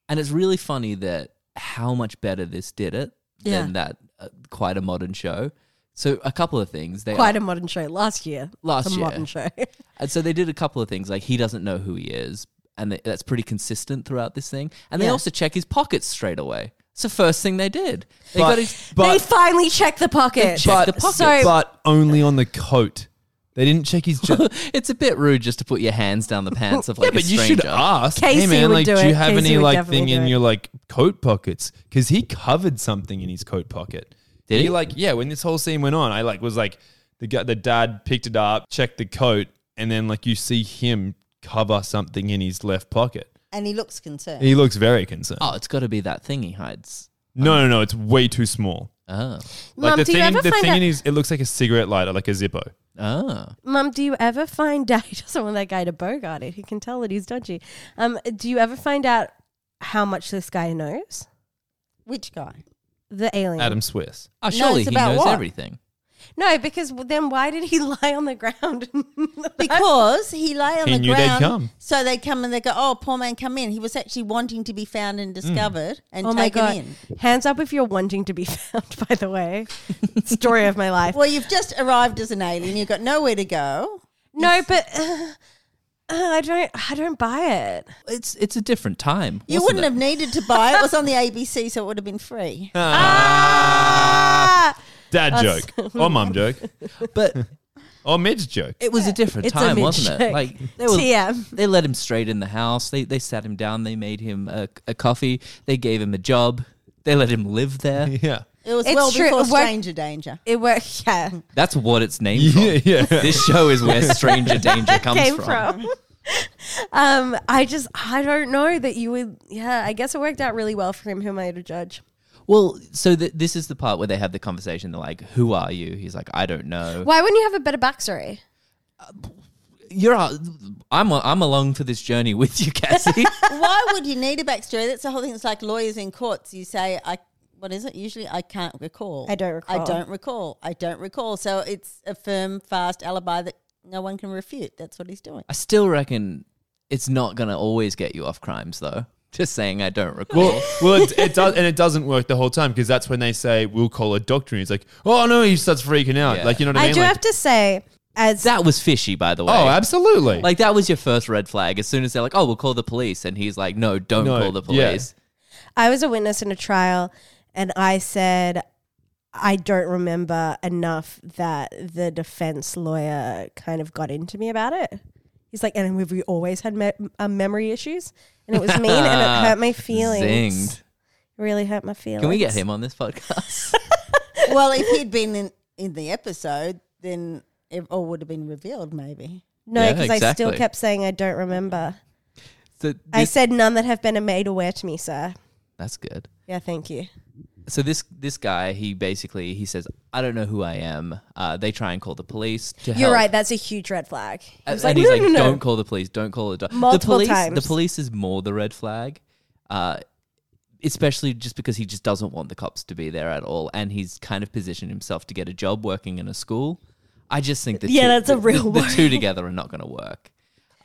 A: and it's really funny that how much better this did it
B: Yeah.
A: than that uh, quite a modern show. So a couple of things they
B: Quite a modern show. Last year.
A: Last
B: It's a
A: year.
B: modern show.
A: And so they did a couple of things, like he doesn't know who he is, and th- that's pretty consistent throughout this thing. And they
B: Yeah.
A: also check his pockets straight away. It's the first thing they did. They got his. [laughs]
B: [laughs] they finally checked the pocket.
A: checked the pocket.
B: So
C: but only on the coat. They didn't
B: [laughs]
C: check his. Ge- yeah,
A: it's a bit rude just to put your hands down the pants
C: [laughs]
A: of like a
C: but you
A: stranger.
C: should ask.
B: Casey
C: hey, man,
B: would
C: like,
B: do
C: do, you
B: it.
C: have
B: Casey
C: any
B: would
C: like
B: definitely
C: thing
B: do
C: in
B: it.
C: your like coat pockets? Because he covered something in his coat pocket.
A: Did he?
C: Like, yeah. When this whole scene went on, I like was like the guy, the dad picked it up, checked the coat, and then like you see him cover something in his left pocket.
D: And he looks concerned.
C: He looks very concerned.
A: Oh, it's got to be that thing he hides.
C: No, no, no. It's way too small.
A: Oh,
B: Mum,
C: the
B: do you
C: thing, in-
B: ever
C: the
B: find
C: thing
B: out-
C: in his, it looks like a cigarette lighter, like a Zippo.
A: oh,
B: Mum, do you ever find [laughs] out? He doesn't want that guy to bogart it. He can tell that he's dodgy. Um, do you ever find out how much this guy knows? [laughs]
D: Which guy?
B: The alien.
C: Adam Swiss.
A: oh surely
D: it's
A: he
D: about
A: knows
D: what?
A: everything.
B: No, because then why did he [laughs] lie on the ground? [laughs]
D: Because he lay on
C: He
D: the
C: knew they'd
D: ground.
C: come.
D: So they come and they go, oh, poor man, come in. He was actually wanting to be found
C: Mm.
D: and discovered and
B: oh my
D: taken
B: god!
D: in.
B: Hands up if you're wanting to be [laughs] found. By the
D: [laughs]
B: way, story of my life.
D: Well, you've just arrived as an alien. You've got nowhere to go.
B: no, but uh, uh, I don't. I don't buy it.
A: It's it's a different time.
D: You
A: wasn't
D: wouldn't have needed to buy it. It was on the ABC, so it would have
C: [laughs]
D: been free.
B: Ah,
C: Dad joke or
B: [laughs]
C: mum joke
A: it? But
C: or Midge joke.
A: it was a different
B: It's a
A: time, wasn't
B: milkshake.
A: it? Like they were,
B: TM.
A: They let him straight in the house. They they sat him down. They made him a, a coffee. They gave him a job. They let him live
C: [laughs]
A: there.
C: Yeah,
D: It was
B: It's
D: well
B: true.
D: before
B: It worked-
D: Stranger Danger.
B: It worked. Yeah,
A: That's what it's named
C: yeah,
A: from.
C: [laughs] yeah.
A: This show is where stranger danger comes
B: came
A: from.
B: from. [laughs] um, I just. I don't know that you would. Yeah, I guess it worked out really well for him. Who am I to judge?
A: Well, so th- this is the part where they have the conversation. They're like, "Who are you?" He's like, "I don't know."
B: Why wouldn't you have a better backstory?
A: You're. a- I'm. A, I'm along for this journey with you, Cassie.
D: Why would you need a backstory? That's the whole thing. It's like lawyers in courts. You say, I, what is it? Usually, I can't recall.
B: I don't recall.
D: I don't recall. I don't recall. So it's a firm, fast alibi that no one can refute. That's what
B: [laughs]
D: he's doing.
A: I still reckon it's not going to always get you off crimes, though. [laughs] Just saying, I don't recall.
C: Well, well, it, it does, and it doesn't work the whole time because that's when they say we'll call a doctor, and he's like, "Oh no," he starts freaking out.
A: Yeah.
C: Like you know what I,
B: I
C: mean?
B: do
C: Like,
B: have to say, as
A: that was fishy, by the way.
C: oh, absolutely.
A: like that was your first red flag. As soon as they're like, "Oh, we'll call the police," and he's like, "No, don't
C: No,
A: call the
C: yeah.
A: police."
B: I was a witness in a trial and I said, I don't remember enough that the defense lawyer kind of got into me about it. He's like, and have we always had me- uh, memory issues? And it was mean and it
A: [laughs]
B: hurt my feelings.
A: Zinged.
B: Really hurt my feelings.
A: Can we get him on this
B: [laughs]
A: podcast?
D: well, if he'd been in, in the episode, then it all would have been revealed, maybe.
B: No,
A: Yeah,
B: because I still
A: exactly.
B: kept saying I don't remember.
A: so
B: I
A: this-
B: said none that have been made aware to me, sir.
A: that's good.
B: Yeah, thank you.
A: so this this guy he basically he says i don't know who i am uh, they try and call the police to
B: You're
A: help.
B: right. That's a huge red flag. He
A: and
B: was like,
A: he's
B: "No,
A: like
B: no, no."
A: don't call the police don't call the do-. the
B: Multiple
A: police the
B: times.
A: police is more the red flag uh, especially just because he just doesn't want the cops to be there at all and he's kind of positioned himself to get a job working in a school i just think that
B: Yeah, that's a real
A: [laughs] the, the
B: worry.
A: two together are not going to work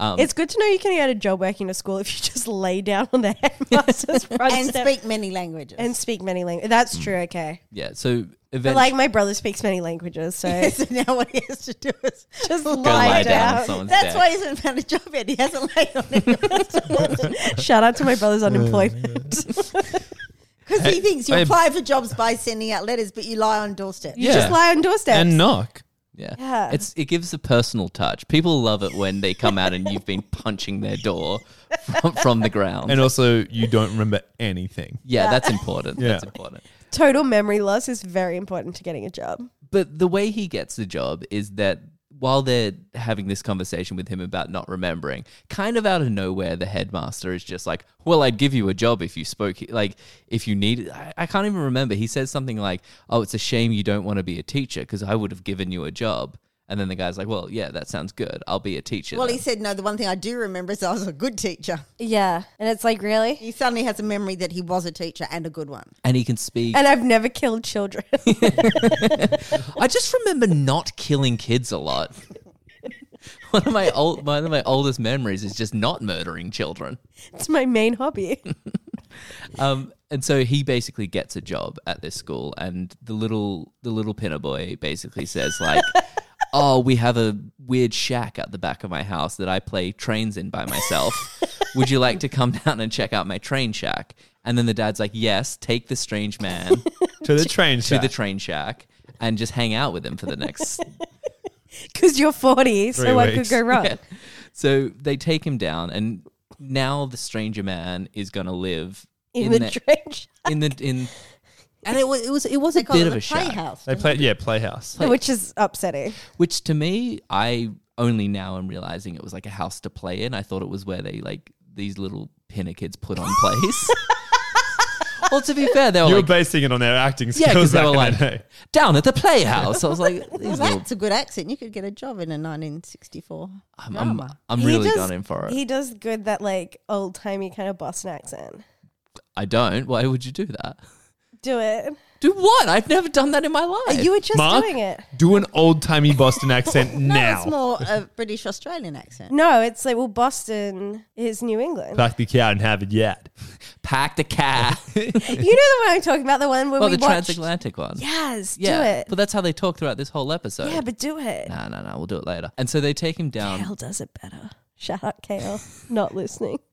A: Um,
B: it's good to know you can get a job working at school if you just lay down on the [laughs] headmaster's front
D: and
B: step
D: speak many languages. [laughs]
B: and speak many languages. That's true. Okay,
A: yeah. So
B: but
A: eventually,
B: like my brother speaks many languages,
A: [laughs]
B: so
D: so now what he has to do is
B: [laughs] just
D: Go
B: lie,
A: go lie down. on
B: down.
A: someone's
D: That's
A: deck.
D: why he hasn't found a job yet. He hasn't laid on
B: [laughs]
D: it
B: Shout out to my brother's
A: [laughs]
B: unemployment. [laughs]
D: because he thinks you
C: I-
D: apply for jobs by sending out letters, but you lie on doorsteps.
B: You just lie on doorsteps.
C: and knock.
A: Yeah.
B: Yeah.
A: It's it gives a personal touch. People love it when they come out and you've been punching their door [laughs] from, from the ground.
C: And also, you don't remember anything.
A: yeah, that's important.
C: Yeah.
A: That's important.
B: Total memory loss is very important to getting a job.
A: But the way he gets the job is that while they're having this conversation with him about not remembering, kind of out of nowhere, the headmaster is just like, "Well, I'd give you a job if you spoke like if you needed." I, I can't even remember. He says something like, "Oh, it's a shame you don't want to be a teacher because I would have given you a job." And then the guy's like, "Well, yeah, that sounds good. I'll be a teacher."
D: Well,
A: then."
D: he said no. The one thing I do remember is I was a good teacher.
B: Yeah, and it's like really.
D: He suddenly has a memory that he was a teacher and a good one.
A: and he can
B: [laughs]
A: speak.
B: And I've never killed children. [laughs]
A: I just remember not killing kids a lot. one of my old, one of my oldest memories is just not murdering children.
B: it's my main hobby.
A: Um, and so he basically gets a job at this school, and the little the little pinner boy basically says like.
B: [laughs]
A: Oh, we have a weird shack at the back of my house that I play trains in by myself. Would you like to come [laughs] down and check out my train shack? And then the dad's like, Yes, take the strange
B: [laughs]
A: man
C: To the train
A: to
C: shack.
A: the train shack and just hang out with him for the
B: [laughs]
A: next
B: Because you're 40, so
C: Three
B: what could
C: weeks. [laughs]
B: go wrong?
A: Yeah. So they take him down, and now the stranger man is going to live
B: In, the,
A: that-
B: trench. [laughs]
A: in the in. And it was it was it was
D: They
A: a
D: call
A: bit
D: it
A: of
D: the
A: a shack,
D: playhouse.
C: they play, yeah, Playhouse.
B: Which is upsetting.
A: which to me, I only now am realizing it was like a house to play in. I thought it was where they like these little pinner kids put on
B: [laughs]
A: plays. well, to be fair, they were
C: You were
A: like
C: basing it on their acting
A: Yeah,
C: skills.
A: 'cause they
C: back
A: were
C: in
A: like-
C: the day.
A: down at the playhouse. I was like,
D: Well,
A: these little,
D: that's a good accent. You could get a job in a 1964
A: I'm, I'm,
D: drama.
A: I'm
B: He
A: really
B: does-
A: gone in for it.
B: He does good that like old timey kind of Boston accent.
A: I don't. Why would you do that?
B: Do it.
A: Do what? I've never done that in my life.
B: You were just
C: Mark?
B: doing it.
C: Do an old timey Boston accent
D: no,
C: now.
D: it's more
C: [laughs]
D: a British Australian accent.
B: No, it's like well, Boston is New England.
C: Pack the cow and have it yet.
A: Pack the
B: [laughs]
A: cat. [laughs]
B: you know the one I'm talking about, the one where
A: well,
B: we
A: Oh, the
B: watched.
A: transatlantic one.
B: Yes,
A: Yeah,
B: do
A: but
B: it.
A: that's how they talk throughout this whole episode.
B: Yeah, but do it.
A: no, um, no, no, we'll do it later. And so they take him down.
B: Kale does it better. Shout out
A: [laughs]
B: Kale, not listening. [laughs]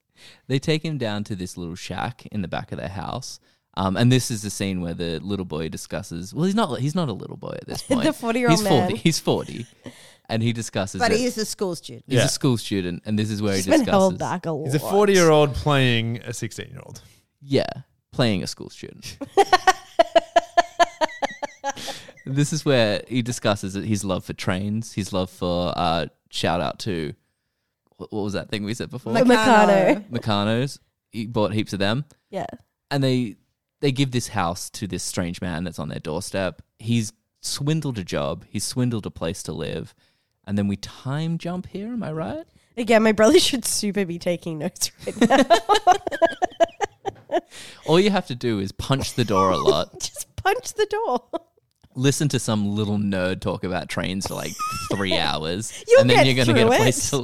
A: They take him down to this little shack in the back of their house. Um, and this is the scene where the little boy discusses. Well, he's not. He's not a little boy at
B: [laughs]
A: this point.
B: 40-year-old
A: He's forty.
B: man.
A: He's forty, and he discusses.
D: But
A: it.
D: he is a school student.
A: He's
C: Yeah.
A: a school student, and this is where
B: He's
A: he
B: been
A: discusses.
B: held back a lot.
C: He's a 40 year old playing a 16 year old.
A: Yeah, playing a school
B: [laughs]
A: student. this is where he discusses his love for trains, his love for uh, shout out to what, what was that thing we said before?
B: Mac- Meccano.
A: Meccano's. He bought heaps of them,
B: Yeah,
A: and they they give this house to this strange man that's on their doorstep. He's swindled a job. He's swindled a place to live, and then we time jump here. Am I right?
B: again, my brother [laughs] should super be taking notes right now.
A: All you have to do is punch the door a lot.
B: [laughs] just punch the door. [laughs]
A: listen to some little nerd talk about trains for like
B: [laughs]
A: three hours,
B: You'll
A: and then
B: get
A: you're going to get a
B: through
A: place
B: it.
A: to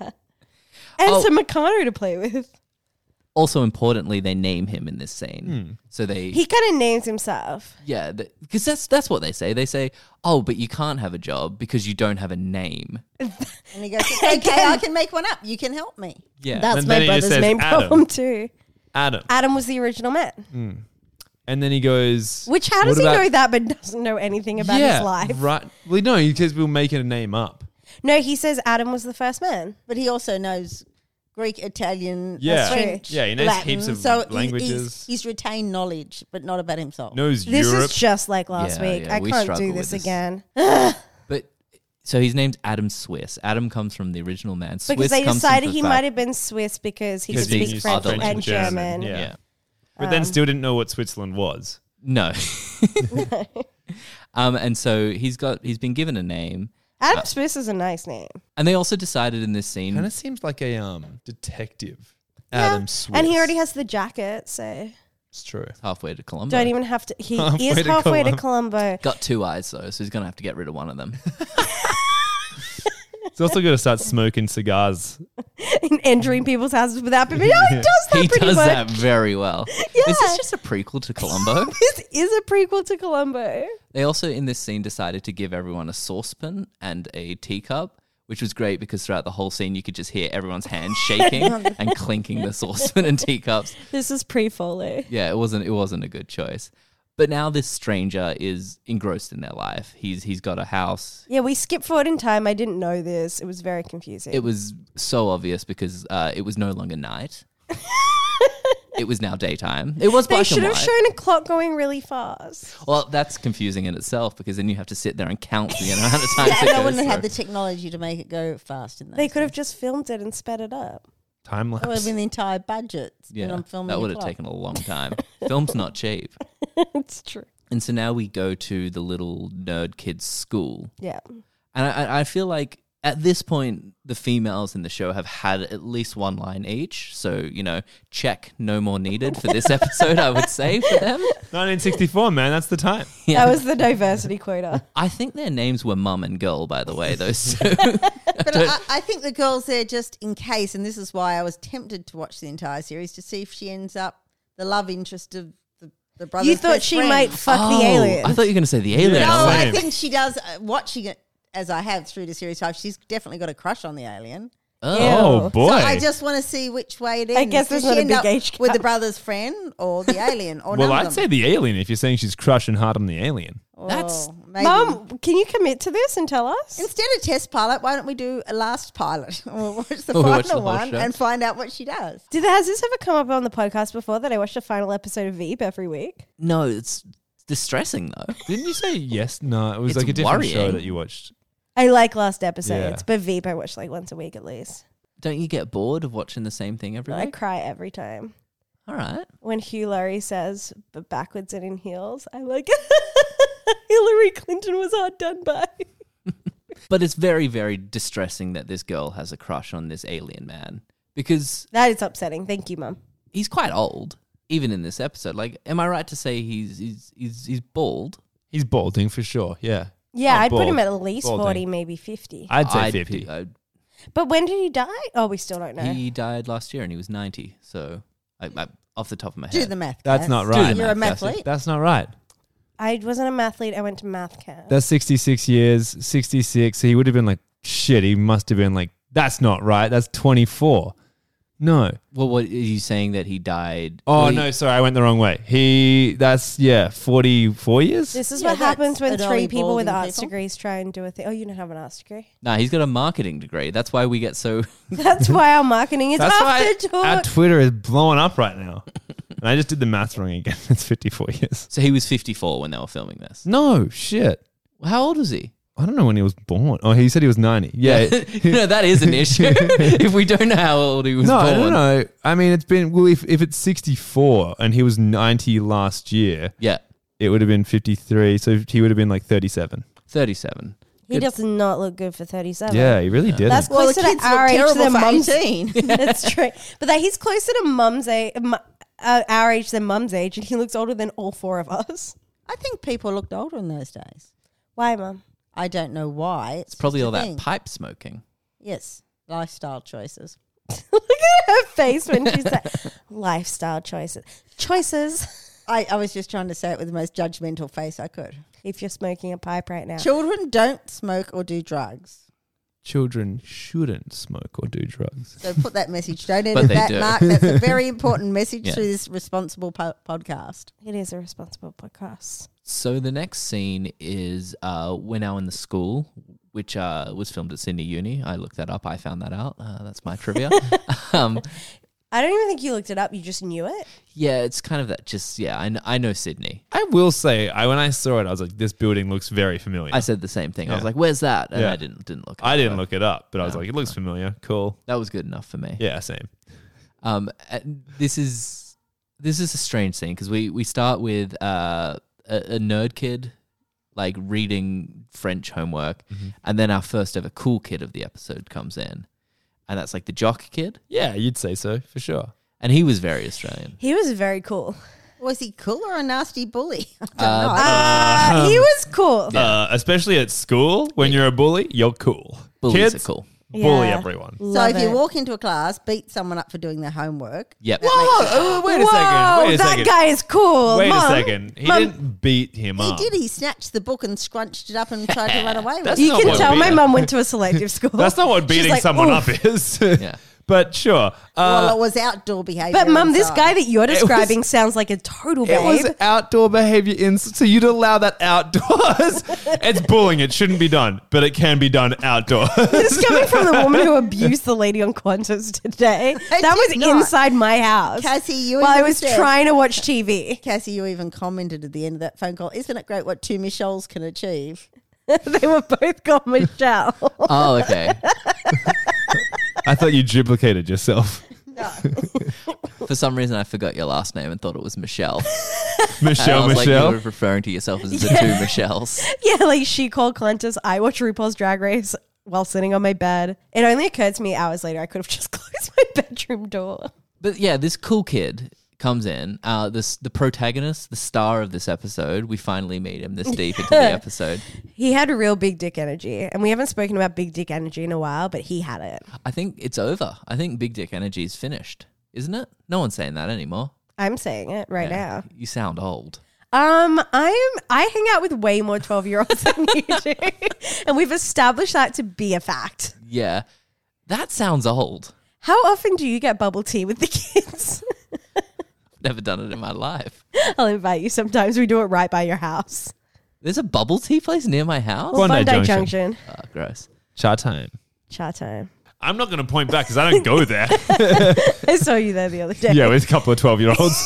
B: [laughs]
A: live.
B: And
A: Oh.
B: some Meccano to play with.
A: Also, importantly, they name him in this scene, so they
B: Hmm. He kind of names himself.
A: yeah, because that's that's what they say. They say, "Oh, but you can't have a job because you don't have a name."
D: And he goes, okay, I can make one up. You can help me.
A: Yeah,
B: That's
C: And
B: my
C: then he just
B: brother's
C: says
B: main
C: Adam.
B: problem too.
C: Adam.
B: Adam was the original man.
C: And then he goes.
B: Which how does
C: "What
B: he
C: about-
B: know that but doesn't know anything about his life?
C: Right. Well, no, he says we'll make it a name up.
B: No, he says Adam was the first man.
D: But he also knows Greek, Italian,
C: Yeah.
D: French,
C: Yeah, he knows
D: Latin.
C: heaps of
D: so he-
C: languages.
D: He's, he's retained knowledge, but not about himself.
C: Knows
B: This
C: Europe.
B: is just like last
A: Yeah,
B: week.
A: yeah,
B: I
A: we
B: can't
A: struggle
B: do
A: with
B: this
A: this.
B: again.
A: but so his name's Adam Swiss. Adam comes from the original man. Swiss
B: Because they
A: comes from
B: decided
A: the
B: he
A: fact-
B: might have been Swiss because he
A: Because
B: could
A: he
B: speak
A: used
B: French,
A: other
B: and
A: languages.
B: German.
C: Yeah.
A: yeah.
C: but then still didn't know what Switzerland was.
B: [laughs]
A: No. um, and so he's got he's been given a name,
B: Adam Swiss is a nice name.
A: and they also decided in this scene
C: Kind of seems like a um detective. Adam Swiss.
B: And he already has the jacket, so
C: It's true.
A: halfway to Colombo.
B: don't even have to. He
C: Halfway
B: is
C: to
B: halfway to [laughs]
C: Colum-
B: Colombo. [laughs]
A: Got two eyes though, so he's gonna have to get rid of one of them.
C: He's also going to start smoking cigars.
B: and entering people's houses without permission. Oh, he does that
A: he
B: pretty
A: does
B: much.
A: that very well. Is
B: [laughs] Yeah.
A: this just a prequel to
B: [laughs]
A: Columbo?
B: This is a prequel to Columbo.
A: They also, in this scene, decided to give everyone a saucepan and a teacup, which was great because throughout the whole scene, you could just hear everyone's hands
B: [laughs]
A: shaking and clinking the saucepan and teacups.
B: This is pre Foley.
A: Yeah, it wasn't it wasn't a good choice. But now this stranger is engrossed in their life. He's he's got a house.
B: Yeah, we skip forward in time. I didn't know this. It was very confusing.
A: It was so obvious because uh, it was no longer night. it was now daytime. It was
B: they
A: black and
B: should have
A: white. Oh,
B: shown a clock going really fast.
A: well, that's confusing in itself because then you have to sit there and count the amount of time.
D: and I wouldn't have
A: have
D: had the technology to make it go fast in that.
B: They could have just filmed it and sped it up.
C: Time
D: That would have
C: lapse.
D: been the entire budget. Yeah, on filming
A: that
D: the
A: would have
D: clock.
A: taken a long time. Film's not cheap.
B: it's true.
A: And so now we go to the little nerd kid's school.
B: Yeah.
A: And I, I- I feel like at this point, the females in the show have had at least one line each. So, you know, check no more needed for this episode, I would say, for them.
C: 1964, man. That's the time.
A: Yeah.
B: That was the
A: [laughs]
B: diversity quota.
A: I think their names were mum and girl, by the way, those two.
C: [laughs]
D: But I, I think the girl's there just in case, and this is why I was tempted to watch the entire series to see if she ends up the love interest of the, the brother.
B: you thought she might fuck
A: Oh,
B: the alien.
A: I thought you were going to say the alien.
D: No,
C: Yeah,
A: I was like,
D: I
C: same.
D: think she does. Uh, watching it as I have through to series five, she's definitely got a crush on the alien.
A: oh.
B: Ew.
C: Oh, boy.
D: So I just want to see which way it ends.
B: I guess
D: Does
B: there's not
D: she
B: a
D: end
B: big
D: up
B: age
D: with the
B: gap.
D: brother's friend or
C: [laughs]
D: the alien or
C: well,
D: none
C: I'd
D: of
C: say
D: them.
C: the alien if you're saying she's crushing hard on the alien.
D: Or
A: That's-
D: maybe.
B: Mum, can you commit to this and tell us?
D: Instead of test pilot, why don't we do a last pilot? [laughs] We'll watch the
A: We'll
D: final
A: watch the whole
D: one
A: show.
D: and find out what she does.
B: Did has this ever come up on the podcast before that I watch the final episode of Veep every week?
A: No, it's distressing, though.
C: Didn't you say yes? No, it was
A: It's
C: like a different show
A: worrying.
C: that you watched.
B: I like last episodes,
C: Yeah.
B: but Veep I watch like once a week at least.
A: Don't you get bored of watching the same thing every
B: I
A: week?
B: cry every time.
A: All right.
B: When Hugh Laurie says but backwards and in heels, I like [laughs] Hillary Clinton was hard done by.
A: But it's very, very distressing that this girl has a crush on this alien man because
B: That is upsetting. Thank you, Mum.
A: he's quite old, even in this episode. Like, am I right to say he's he's he's, he's bald?
C: He's balding for sure. Yeah.
B: Yeah,
C: Oh,
B: I'd put him
C: bald.
B: at least
C: Balding.
B: 40, maybe 50.
C: I'd say
A: I'd-
C: 50.
A: I'd-
B: But when did he die? Oh, we still don't know.
A: He died last year and he was ninety. So, I, I, off the top of my
D: Do
A: head,
D: the math.
C: That's
D: Cass.
C: not
A: Do the
C: right.
D: You're a
A: math,
D: mathlete.
C: That's not right.
B: I wasn't a mathlete. I went to math camp.
C: That's 66 years, 66. So he would have been like, shit, he must have been like, that's not right. That's 24. No.
A: well, what are you saying that he died?
C: Oh,
A: well, he-
C: no, sorry. I went the wrong way. He, that's, yeah, 44 years?
B: this is
D: Yeah,
B: what happens
D: that's
B: when
D: an
B: three
D: early
B: people with
D: balding
B: arts
D: people.
B: degrees try and do a thing. Oh, you don't have an arts degree.
C: [laughs]
A: Nah, he's got a marketing degree. That's why we get so. [laughs]
B: That's why our marketing is
C: that's
B: off
C: why
B: the
C: our
B: hook.
C: Twitter is blowing up right [laughs] now. and I just did the math wrong again. [laughs] It's 54 years.
A: So he was fifty-four when they were filming this.
C: No, shit.
A: How old was he?
C: I don't know when he was born. Oh, he said he was [laughs] 90. Yeah.
A: [laughs] you know that is an
C: [laughs]
A: issue. if we don't know how old he was
C: No,
A: born,
C: I don't know. I mean, it's been well. If, if it's sixty four and he was ninety last year,
A: yeah,
C: it would have been fifty three. So he would have been like thirty seven.
A: thirty-seven.
B: He does not look good for 37.
C: Yeah, he really did.
B: That's
C: not
D: Well, the
B: closer
D: kids
B: to our
D: look
B: age
D: terrible
B: than
D: for
B: mum's.
D: [laughs] 18.
B: That's true. But that he's closer to mum's age, mu- uh, our age than mum's age, and he looks older than all four of us.
D: I think people looked older in those days.
B: Why, mum? [laughs]
D: I don't know why.
A: It's
D: It's,
A: probably
D: just a
A: all that
D: thing.
A: pipe smoking.
D: Yes, lifestyle choices.
B: look at her face when she's like, lifestyle choices. Choices.
D: I, I was just trying to say it with the most judgmental face I could.
B: If you're smoking a pipe right now.
D: Children don't smoke or do drugs.
C: Children shouldn't smoke or do drugs.
D: So put that message. Don't
A: But
D: edit
A: they
D: that,
A: do.
D: Mark. That's
A: [laughs]
D: a very important message
A: Yeah.
D: to this responsible po- podcast.
B: It is a responsible podcast.
A: So the next scene is uh, we're now in the school, which uh, was filmed at Sydney Uni. I looked that up. I found that out. Uh, that's my
C: [laughs]
A: trivia. um,
B: I don't even think you looked it up. You just knew it.
A: yeah, it's kind of that. Just yeah, I, kn- I know Sydney.
C: I will say, I when I saw it, I was like, this building looks very familiar.
A: I
C: I,
A: said the same thing. I was
C: Yeah.
A: like, "Where's that?" And
C: Yeah.
A: I didn't didn't look. it up,
C: didn't
A: but
C: look it up, but I was like, it looks familiar. Cool.
A: That was good enough for me.
C: Yeah, same.
A: Um, and this is this is a strange scene because we we start with uh, a, a nerd kid like reading French homework,
C: Mm-hmm.
A: and then our first ever cool kid of the episode comes in, and that's like the jock kid.
C: Yeah, you'd say so for sure.
A: And he was very Australian.
B: He was very cool.
D: Was he cool or a nasty bully? [laughs] I don't know.
B: Uh,
C: Uh-huh.
B: he was cool.
C: Uh, especially at school, when you're a bully, you're cool.
A: Bullies are cool.
C: bully
B: Yeah.
C: everyone.
D: so
B: Love
D: if you
B: it.
D: walk into a class, beat someone up for doing their homework.
A: Yep.
C: Oh, wait a
B: Whoa,
C: second. Wait a
B: that
C: second.
B: guy is cool.
C: Wait
B: Mom.
C: a second. He
B: Mum.
C: didn't beat him
D: He
C: up.
D: did. He snatched the book and scrunched it up and tried to
C: [laughs]
D: run away with
C: That's
D: it.
B: You
C: not
B: can
C: what
B: tell
C: beat-
B: my mum went to a
C: [laughs]
B: selective school.
C: That's not what beating
B: like,
C: someone
B: "Oof."
C: up is.
A: Yeah.
C: [laughs] But sure.
D: well, it
C: Uh,
D: was outdoor behavior.
B: But mum, this guy
D: inside.
B: that you're
C: was-
B: describing sounds like a total
C: it
B: babe.
C: was outdoor behavior, in, so you'd allow that outdoors. it's bullying. It shouldn't be done, but it can be done outdoors.
B: [laughs] This is coming from the woman
D: [laughs]
B: who abused the lady on Qantas today.
D: I
B: that was
D: did not.
B: inside my house.
D: Cassie, you
B: while I
D: even
B: was
D: said-
B: trying to watch
D: [laughs]
B: TV.
D: Cassie, you even commented at the end of that phone call. Isn't it great what two Michelles can achieve?
B: they were both called Michelle.
D: [laughs]
A: Oh, okay.
C: I thought you duplicated yourself.
A: For some reason, I forgot your last name and thought it was Michelle. And I
C: Michelle,
A: was
C: Michelle.
A: like, you were referring to yourself as the two Michelles.
B: yeah, like she called Qantas. I watched RuPaul's Drag Race while sitting on my bed. It only occurred to me hours later I could have just [laughs] closed my bedroom door.
A: But yeah, this cool kid comes in. Uh, this the protagonist, the star of this episode. We finally meet him this deep into the episode.
B: He had a real big dick energy, and we haven't spoken about big dick energy in a while, but he had it.
A: I think it's over. I think Big Dick Energy is finished, isn't it? No one's saying that anymore.
B: I'm saying it right now.
A: You sound old.
B: Um, I am. I hang out with way more twelve year olds than you
C: [laughs]
B: do, and we've established that to be a fact.
A: Yeah, that sounds old.
B: How often do you get bubble tea with the kids? [laughs]
A: Never done it in my life.
B: I'll invite you. Sometimes we do it right by your house,
A: There's a bubble tea place near my house.
C: Bondi
B: Junction.
C: Junction.
A: Oh, gross.
C: Cha time.
B: Chat time.
C: I'm not going to point back because I don't go there.
B: I saw you there the other day.
C: yeah, with a couple of 12 year olds.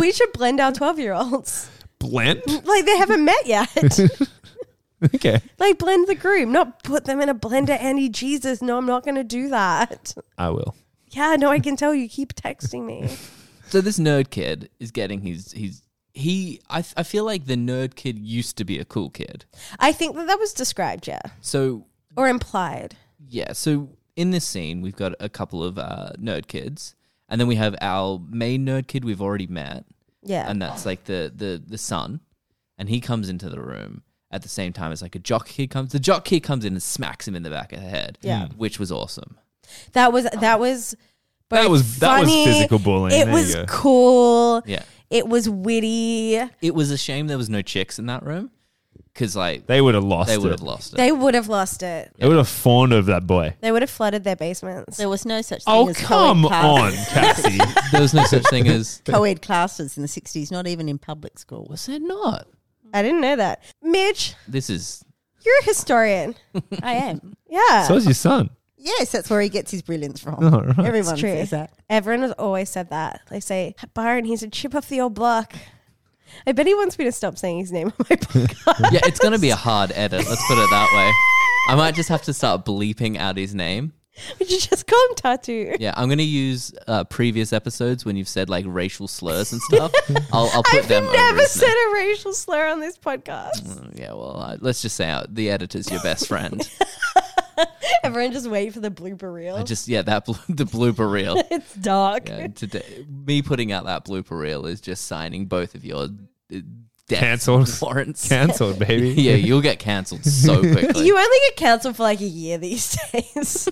B: we should blend our twelve year olds.
C: Blend?
B: Like they haven't met
C: [laughs]
B: yet.
C: Okay.
B: like blend the groom, not put them in a blender. Annie, Jesus, no, I'm not going to do that.
C: I will.
B: Yeah, no, I can tell you. Keep texting me.
C: [laughs]
A: So this nerd kid is getting his his he. I I feel like the nerd kid used to be a cool kid.
B: I think that that was described, yeah,
A: So
B: or implied.
A: Yeah, so in this scene, we've got a couple of uh, nerd kids, and then we have our main nerd kid we've already met,
B: Yeah.
A: and that's like the the the son, and he comes into the room at the same time as like a jock kid comes. The jock kid comes in and smacks him in the back of the head,
B: Yeah.
C: Hmm.
A: which was awesome.
B: That was that was both
C: That was- that was
B: funny.
C: physical bullying.
B: It
C: There
B: was
C: you go.
B: cool.
A: Yeah,
B: It was witty.
A: it was a shame there was no chicks in that room because like
C: They would have lost
A: they
C: it.
A: would have lost it.
B: They would have lost it.
C: They would have fawned over that boy.
B: They would have flooded their basements.
D: There was no such thing
C: Oh,
D: as
C: come
D: co-ed
C: on,
D: classes.
C: Cassie.
A: [laughs] there was no such thing as
D: [laughs] Co-ed classes in the 60s, not even in public school.
A: [laughs] was there not.
B: I didn't know that. Midge,
A: This is
B: you're a historian.
D: I am.
B: Yeah.
C: So's your son.
D: Yes, that's where he gets his brilliance from.
C: All right.
D: Everyone
B: true.
D: says that.
B: Everyone has always said that. They say, Byron, he's a chip off the old block. I bet he wants me to stop saying his name on my podcast. [laughs]
A: yeah. It's gonna be a hard edit. Let's put it that way. I might just have to start bleeping out his name.
B: Would you just call him Tattoo?
A: Yeah, I'm gonna use uh, previous episodes when you've said like racial slurs and
B: [laughs]
A: stuff. I'll, I'll put
B: I've
A: them. over
B: [laughs] never
A: his
B: said a racial slur on this podcast.
C: Mm.
A: name. Yeah, well, uh, let's just say uh, the editor's your best
B: [laughs]
A: friend.
B: Everyone just wait for the blooper reel.
A: I just yeah, that blo- the blooper
B: [laughs]
A: reel.
B: it's dark.
A: Yeah, today, me putting out that blooper reel is just signing both of your uh, death
C: Cancelled.
A: warrants.
C: Cancelled, baby.
A: [laughs] yeah, you'll get cancelled
B: [laughs]
A: so quickly.
B: You only get cancelled for like a year these [laughs] days.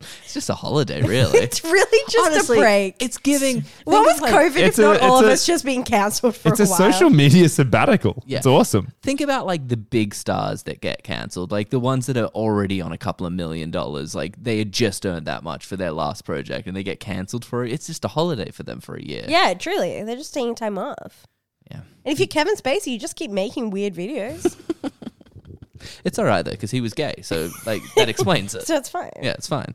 A: it's just a holiday, really.
B: it's really just
D: Honestly,
B: a break.
A: it's giving.
B: What was
D: like-
B: COVID if
C: It's a-
B: not all
C: it's
B: of
C: a-
B: us just being cancelled for
C: It's
B: a
C: a
B: while?
C: social media sabbatical.
A: Yeah.
C: It's awesome.
A: think about like the big stars that get cancelled, like the ones that are already on a couple of million dollars. Like they had just earned that much for their last project and they get cancelled for it. It's just a holiday for them for a year.
B: Yeah, truly. They're just taking time off.
A: Yeah.
B: And if you're Kevin Spacey, you just keep making weird videos.
A: It's all right though, because he was gay. So, like,
B: [laughs]
A: that explains it.
B: so it's fine.
A: Yeah, it's fine.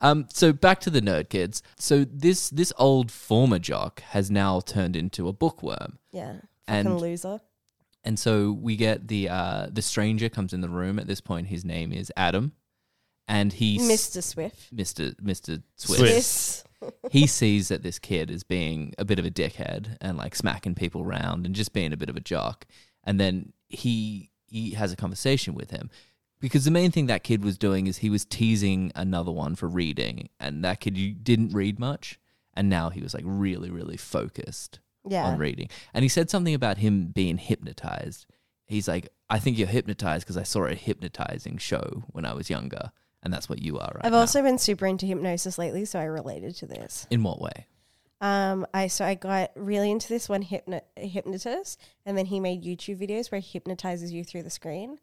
A: Um, so back to the nerd kids. So this this old former jock has now turned into a bookworm.
B: Yeah.
A: And-
B: Fucking loser.
A: And so we get the uh, the stranger comes in the room. At this point, his name is Adam, and he
B: Mr. Swift.
A: Mr. Mr.
C: Swiss.
B: Yes.
A: he sees that this kid is being a bit of a dickhead and like smacking people around and just being a bit of a jock. And then he he has a conversation with him because the main thing that kid was doing is he was teasing another one for reading, and that kid you didn't read much, and now he was like really really focused
B: Yeah.
A: on reading. And he said something about him being hypnotized. He's like, I think you're hypnotized because I saw a hypnotizing show when I was younger, and that's what you are right
B: I've
A: now.
B: also been super into hypnosis lately, so I related to this.
A: In what way?
B: Um, I so I got really into this one hypno- hypnotist, and then he made YouTube videos where he hypnotizes you through the screen.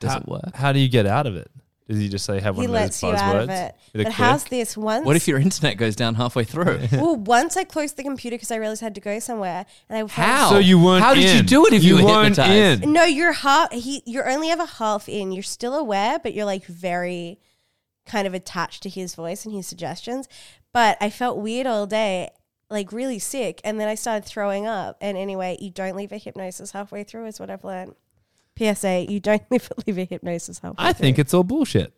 A: Does
C: how,
A: it work?
C: How do you get out of it? Does he just say have
B: he
C: one of
B: lets
C: those
B: you out of
C: buzzwords?
B: it.
C: With a
B: But how's
C: click?
B: this once?
A: What if your internet goes down halfway through?
D: [laughs]
A: [laughs]
B: well, once I closed the computer because I realized I had to go somewhere, and I
A: How?
C: So you weren't.
A: Oh. How did you
C: in.
A: do it if you were
C: weren't
A: hypnotized?
C: in?
B: No, you're half. He, you're only ever half in. You're still aware, but you're like very kind of attached to his voice and his suggestions. But I felt weird all day, like really sick, and then I started throwing up. And anyway, you don't leave a hypnosis halfway through is what I've learned. PSA: You don't [laughs] leave leave a hypnosis halfway.
C: I think
B: Through.
C: it's all bullshit.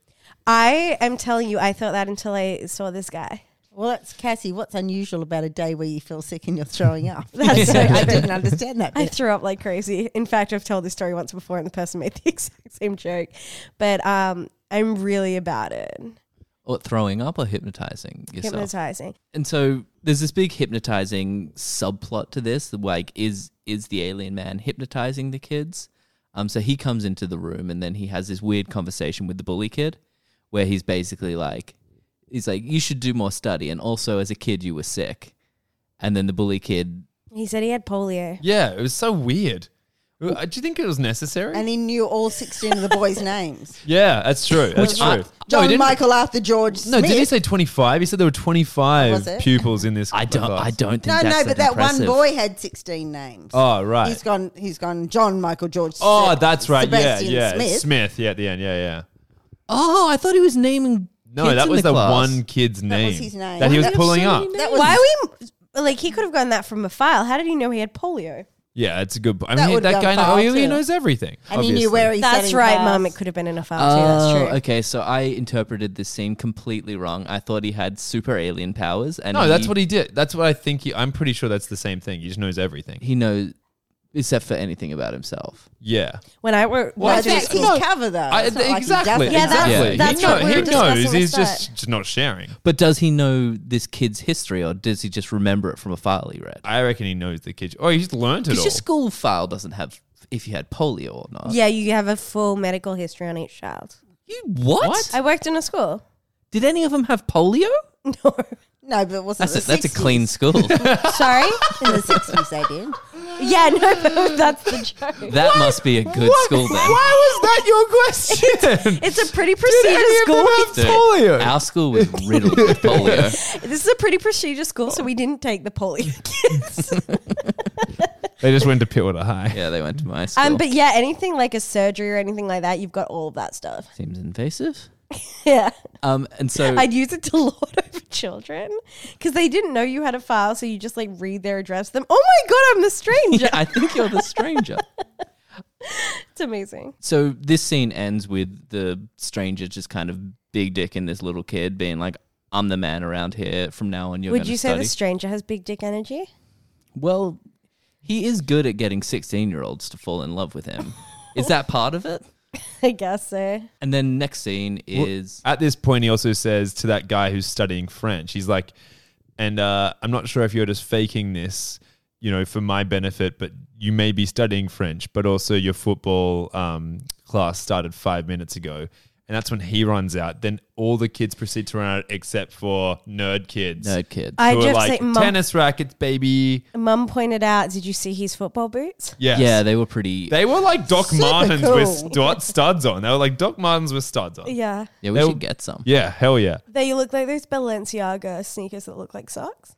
B: I am telling you, I thought that until I saw this guy.
D: Well, that's Cassie. What's unusual about a day where you feel sick and you're throwing up?
B: [laughs] That's so
D: [laughs] I
B: true.
D: didn't understand that.
B: I
D: Bit.
B: threw up like crazy. In fact, I've told this story once before, and the person made [laughs] the exact same joke. But um, I'm really about it.
A: or throwing up or hypnotizing yourself?
B: Hypnotizing.
A: And so there's this big hypnotizing subplot to this. Like, is is the alien man hypnotizing the kids? Um, so he comes into the room and then he has this weird conversation with the bully kid, where he's basically like, he's like, you should do more study, and also as a kid you were sick, and then the bully kid,
B: He said he had polio.
C: Yeah, it was so weird. uh, Do you think it was necessary?
D: And he knew all 16 of the
C: [laughs]
D: boys' names.
C: yeah, that's true. That's
A: I-
C: true. No, he
D: John
C: didn't-
D: Michael Arthur George
C: No,
D: Smith.
C: did he say 25? He said there were 25
D: Was it?
C: pupils in this
A: I don't,
C: class.
A: I don't think
D: no,
A: that's
D: no, but that
A: impressive.
D: one boy had 16 names.
C: Oh, right.
D: He's gone, he's gone John Michael George
C: Oh,
D: Seb-
C: that's right.
D: Sebastian
C: yeah, yeah.
D: Smith.
C: yeah, at the end. Yeah, yeah.
A: Oh, I thought he was naming.
C: No,
A: kids
C: that
A: in
C: was
A: the,
C: the,
A: class.
C: one kid's name
D: was his name.
C: that he
D: Why
C: was
D: do you have
C: pulling
A: so
C: up.
A: many
D: That was,
B: Why we like he could have gotten that from a file. How did he know he had polio?
C: Yeah, it's a good. I mean,
D: That
C: that,
D: would've
C: that guy
D: gone
C: knows,
D: far
C: oh, he
D: too.
C: knows everything.
D: And he knew where he sat
B: That's
D: in
B: right,
D: class.
B: mum. It could have been in a file too.
A: Oh,
B: That's true.
A: okay. So I interpreted this scene completely wrong. I thought he had super alien powers, and
C: No, that's what he did. That's what I think. He, I'm pretty sure that's the same thing. He just knows everything.
A: he knows, except for anything about himself.
C: Yeah,
B: When I were
C: Well, I
D: Well,
B: watching
C: think-
D: that's
B: this-
D: his
C: no,
D: cover,
B: Oh,
D: though.
C: I,
D: It's not like he
C: exactly.
D: doesn't.
B: Yeah, that's-
A: Yeah.
C: exactly.
B: that's
C: he,
B: what we
C: he
B: were discussing
C: knows. He's
B: with
C: just, just not sharing.
A: But does he know this kid's history, or does he just remember it from a file he read?
C: I reckon he knows the kid. Oh, he just learned it
A: Because
C: all.
A: your school file doesn't have if you had polio or not.
B: yeah, you have a full medical history on each child.
A: You what?
B: I worked in a school. [laughs]
A: Did any of them have polio?
D: [laughs]
B: No,
D: No, but it wasn't
A: That's
D: the
A: a, that's a
D: 60s.
A: clean school. that
B: sorry.
D: [laughs] In the 60s, they did.
B: yeah, no, [laughs] but that's the joke.
A: must be a good school then.
C: Why was that your question?
B: It's a pretty
C: Did
B: prestigious
C: any of
B: school.
C: them
B: [laughs]
C: have
A: Dude,
C: polio?
A: Our school was riddled with polio.
B: This is a pretty prestigious school, so we didn't take the polio kids. [laughs]
C: They just went to Pittwater High.
A: Yeah, they went to my school.
B: um, but yeah, anything like a surgery or anything like that, you've got all of that stuff. [laughs]
A: Seems invasive.
B: Yeah.
A: Um, and so
B: I'd use it to [laughs] lord over children because they didn't know you had a file, so you just like read their address. to Them, oh my god, I'm the stranger.
A: [laughs] yeah, I think you're
B: [laughs]
A: the stranger.
B: It's amazing.
A: so this scene ends with the stranger just kind of big dick in this little kid being like, "I'm the man around here. From now on, you're
B: Would
A: gonna
B: you say
A: study."
B: the stranger has big dick energy?
A: well, he is good at getting 16 year olds to fall in love with him. is that part of it?
B: I guess so.
A: And then next scene is
C: At this point, he also says to that guy who's studying French, he's like, and uh, I'm not sure if you're just faking this, you know, for my benefit, but you may be studying French, but also your football um, class started five minutes ago. And that's when he runs out. Then all the kids proceed to run out except for nerd kids.
A: nerd kid.
B: I
C: who are
B: just
C: like,
B: say mum-
C: tennis rackets, baby.
B: [laughs] Mum pointed out. Did you see his football boots?
C: Yes.
A: Yeah, they were pretty.
C: They were like Doc
D: Super
C: Martens
D: cool.
C: with stu- studs on. They were like Doc Martens with studs on.
B: Yeah.
A: yeah, we
C: they
A: should
C: were-
A: get some.
C: Yeah, hell yeah.
B: They look like those Balenciaga sneakers that look like socks.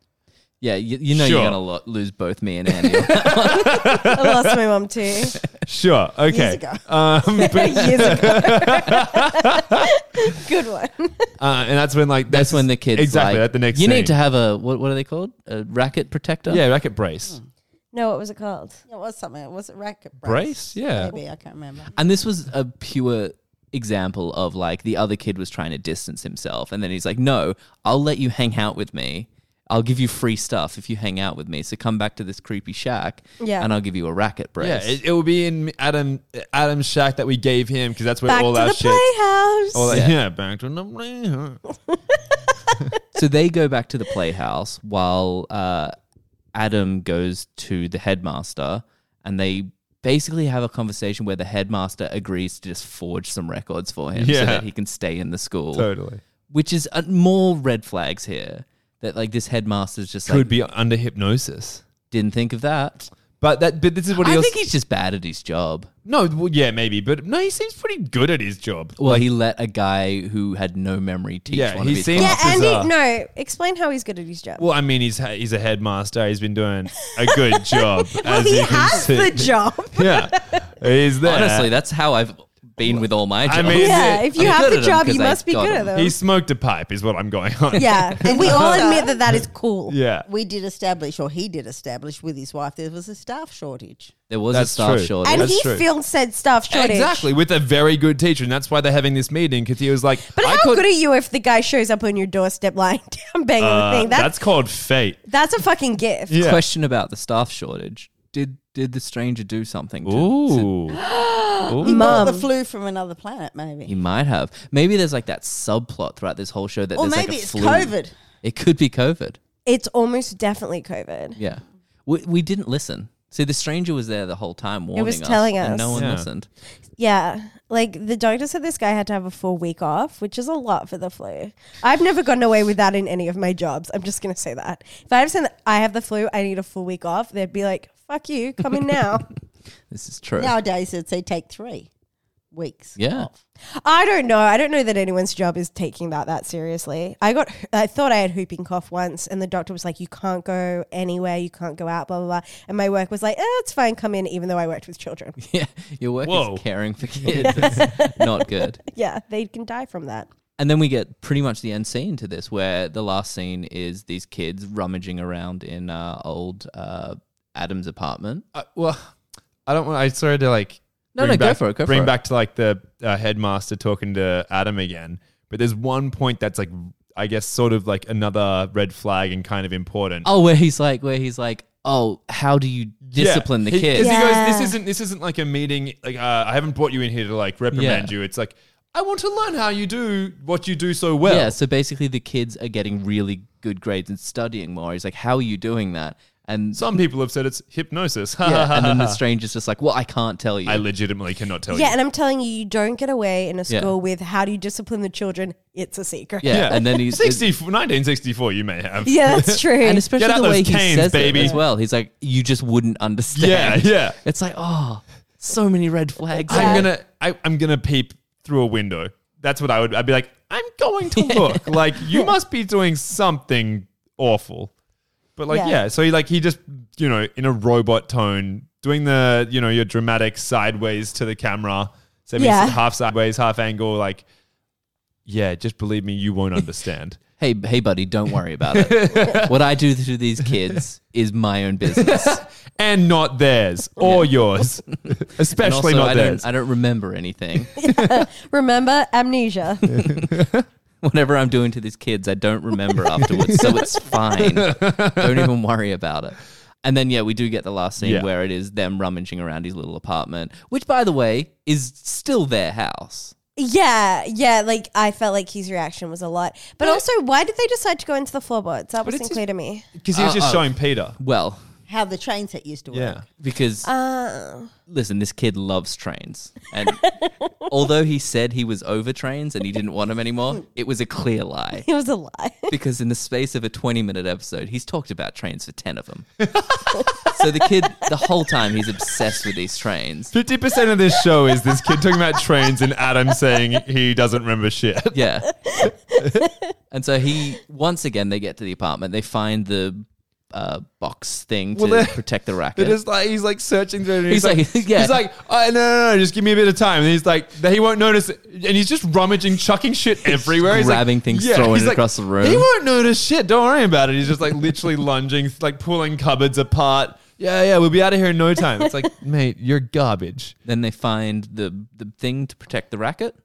A: Yeah, you, you know
C: Sure.
A: you're gonna lo- lose both me and
C: [laughs]
A: Annie.
B: I lost my mum too.
C: Sure. Okay.
D: ago.
C: Um, but, [laughs] uh,
B: Years ago. [laughs] Good one.
C: Uh, and that's when like
A: That's when the kids
C: exactly
A: like,
C: at the next.
A: You
C: scene.
A: need to have a what? What are they called? A racket protector.
C: yeah racket
B: Hmm,
C: brace.
B: No, what was it called?
D: It was something. It was a racket
C: Brace?
D: brace.
C: Yeah.
D: Maybe. I can't remember.
A: And this was a pure example of like the other kid was trying to distance himself. And then he's like, no, I'll let you hang out with me. I'll give you free stuff if you hang out with me. So come back to this creepy shack
B: Yeah.
A: and I'll give you a racket brace.
C: Yeah, it, it will be in Adam Adam's shack that we gave him because that's where
B: Back
C: all
B: to
C: our
B: the
C: shit.
B: playhouse.
C: all that-
A: Yeah.
C: yeah, back to the playhouse.
A: so they go back to the playhouse while uh, Adam goes to the headmaster and they basically have a conversation where the headmaster agrees to just forge some records for him so
C: Yeah.
A: that he can stay in the school,
C: Totally.
A: which is uh, more red flags here. That like this headmaster's just
C: Could
A: like
C: be under hypnosis.
A: didn't think of that.
C: But that but this is what he
A: I
C: also
A: think he's just bad at his job.
C: No, well, yeah, maybe, but no, he seems pretty good at his job.
A: Well, he let a guy who had no memory teach
C: Yeah,
A: one
C: he
A: of his
C: seems-
B: Yeah,
A: classes.
C: Officer.
B: Andy. No, explain how he's good at his job. [laughs]
C: Well, I mean, he's ha- he's a headmaster. He's been doing a good job. as
B: he
C: you can
B: has
C: see.
B: the job.
C: Yeah, he's there.
A: Honestly, that's how I've been with all my jobs.
C: mean- Is
B: yeah,
C: it-
B: if you
A: I'm
B: have
A: good
B: the
A: at 'em
B: job,
A: 'cause
B: you
A: I
B: must be
A: got
B: good
A: 'em.
B: at them.
C: he smoked a pipe, is what I'm going on. [laughs]
B: yeah, and we all admit that that is cool.
C: yeah.
D: We did establish, or he did establish with his wife, there was a staff shortage.
A: there was
C: That's
A: a staff
C: true.
A: shortage.
B: And
C: That's
B: he
C: true.
B: filled said stuff shortage.
C: Exactly, with a very good teacher, and that's why they're having this meeting because he was like,
B: But
C: I
B: how
C: could-
B: good are you if the guy shows up on your doorstep lying [laughs] down banging
C: Uh,
B: the thing? That's,
C: that's called fate."
B: that's a fucking gift.
C: Yeah.
A: Question about the staff shortage. Did did the stranger do something? To, to-
C: Ooh,
D: He
A: Um,
D: brought the
B: Mum.
D: flu from another planet, maybe.
A: he might have. Maybe there's like that subplot throughout this whole show that
D: or
A: there's
D: maybe
A: like a
D: it's
A: flu.
D: COVID.
A: It could be COVID.
B: It's almost definitely COVID.
A: Yeah, we, we didn't listen. See, the stranger was there the whole time warning
B: was
A: us,
B: telling
A: and
B: us.
A: no one
C: Yeah.
A: listened.
B: Yeah. Like the doctor said this guy had to have a full week off, which is a lot for the flu. I've never gotten away with that in any of my jobs. I'm just going to say that. If I ever said I have the flu, I need a full week off, they'd be like, fuck you, come in now.
A: This is true.
D: Nowadays, it'd say take three weeks.
A: Yeah. [laughs]
D: off.
B: I don't know. I don't know that anyone's job is taking that that seriously. I got, I thought I had whooping cough once, and the doctor was like, "You can't go anywhere. You can't go out." Blah blah blah. And my work was like, eh, "It's fine. Come in," even though I worked with children. [laughs]
A: Yeah, your work
C: Whoa.
A: is caring for kids. [laughs] It's not good.
B: yeah, they can die from that.
A: And then we get pretty much the end scene to this, where the last scene is these kids rummaging around in uh, old uh, Adam's apartment.
C: Uh, well, I don't want. I sorry to like.
A: No,
C: bring
A: no, go
C: back-
A: for it, go for
C: bring
A: it.
C: back to like the uh, headmaster talking to Adam again, but there's one point that's like, I guess, sort of like another red flag and kind of important.
A: Oh, where he's like, where he's like, oh, how do you discipline the
C: He- 'cause
A: kids?
C: He,
B: Yeah.
C: goes, "This isn't this isn't like a meeting. Like uh, I haven't brought you in here to like reprimand
A: Yeah.
C: you. It's like I want to learn how you do what you do so well."
A: Yeah, so basically the kids are getting really good grades and studying more. He's like, how are you doing that? And
C: Some people have said it's hypnosis.
A: yeah, and
C: [laughs]
A: then the stranger's just like, well, I can't tell you.
C: I legitimately cannot tell
B: Yeah,
C: you.
B: and I'm telling you, you don't get away in a
A: Yeah.
B: school with how do you discipline the children? It's a secret.
A: yeah, and then he's
C: 60, 1964. You may
B: [laughs]
C: have.
B: Yeah, that's true.
A: and especially
C: Get out
A: the
C: those
A: way he
C: canes,
A: says
C: baby.
A: it as well. He's like, you just wouldn't
C: yeah,
A: understand.
C: yeah.
A: It's like, oh, so many red flags.
C: I'm gonna I, I'm gonna peep through a window. That's what I would. I'd be like, I'm going to look. like you must be doing something awful. But like,
B: Yeah.
C: yeah. So he like he just you know in a robot tone doing the you know your dramatic sideways to the camera. So it makes
B: Yeah.
C: it half sideways, half angle. Like, yeah, just believe me, you
B: [laughs]
C: won't understand.
A: hey, hey, buddy, don't worry about
C: [laughs]
A: it. what I do to these kids is my own business.
C: and not theirs or [laughs] yours,
A: And
C: especially
A: also,
C: not
A: I
C: theirs.
A: don't, I don't remember anything.
B: Remember amnesia.
A: [laughs] Whatever I'm doing to these kids, I don't remember afterwards, so it's fine. Don't even worry about it. And then yeah, we do get the last scene
C: Yeah.
A: where it is them rummaging around his little apartment, which by the way is still their house.
B: yeah, yeah. Like I felt like his reaction was a lot, but also, why did they decide to go into the floorboards? That wasn't
C: it's-
B: clear to me.
C: Because he was
A: Uh,
C: just
A: oh.
C: showing Peter.
A: Well,
D: How the train set used to work.
C: Yeah.
A: because
B: Uh,
A: listen, this kid loves trains. And although he said he was over trains and he didn't want them anymore, it was a clear
B: [laughs]
A: lie.
B: [laughs] it was a lie.
A: Because in the space of a 20 minute episode, he's talked about trains for 10 of them. [laughs] so the kid, the whole time, he's obsessed with these trains.
C: Fifty percent of this show is this kid talking about trains and Adam saying he doesn't remember shit.
A: Yeah. and so he, once again, they get to the apartment, they find the uh, box thing to
C: Well, [laughs] they're-
A: protect the racket.
C: [laughs] It is like he's like searching through. It and he's,
A: He's like-
C: like, [laughs]
A: yeah.
C: he's like, oh, no, no, no, just give me a bit of time. And he's like, that he won't notice, it. and he's just rummaging, chucking shit everywhere, he's like-
A: grabbing things, throwing
C: he's
A: it
C: like,
A: across the room.
C: He won't notice shit. Don't worry about it. He's just like literally [laughs] lunging, like pulling cupboards apart. Yeah, yeah, we'll be out of here in no time. It's like, [laughs] mate, you're garbage. [laughs]
A: Then they find the the thing to protect the racket,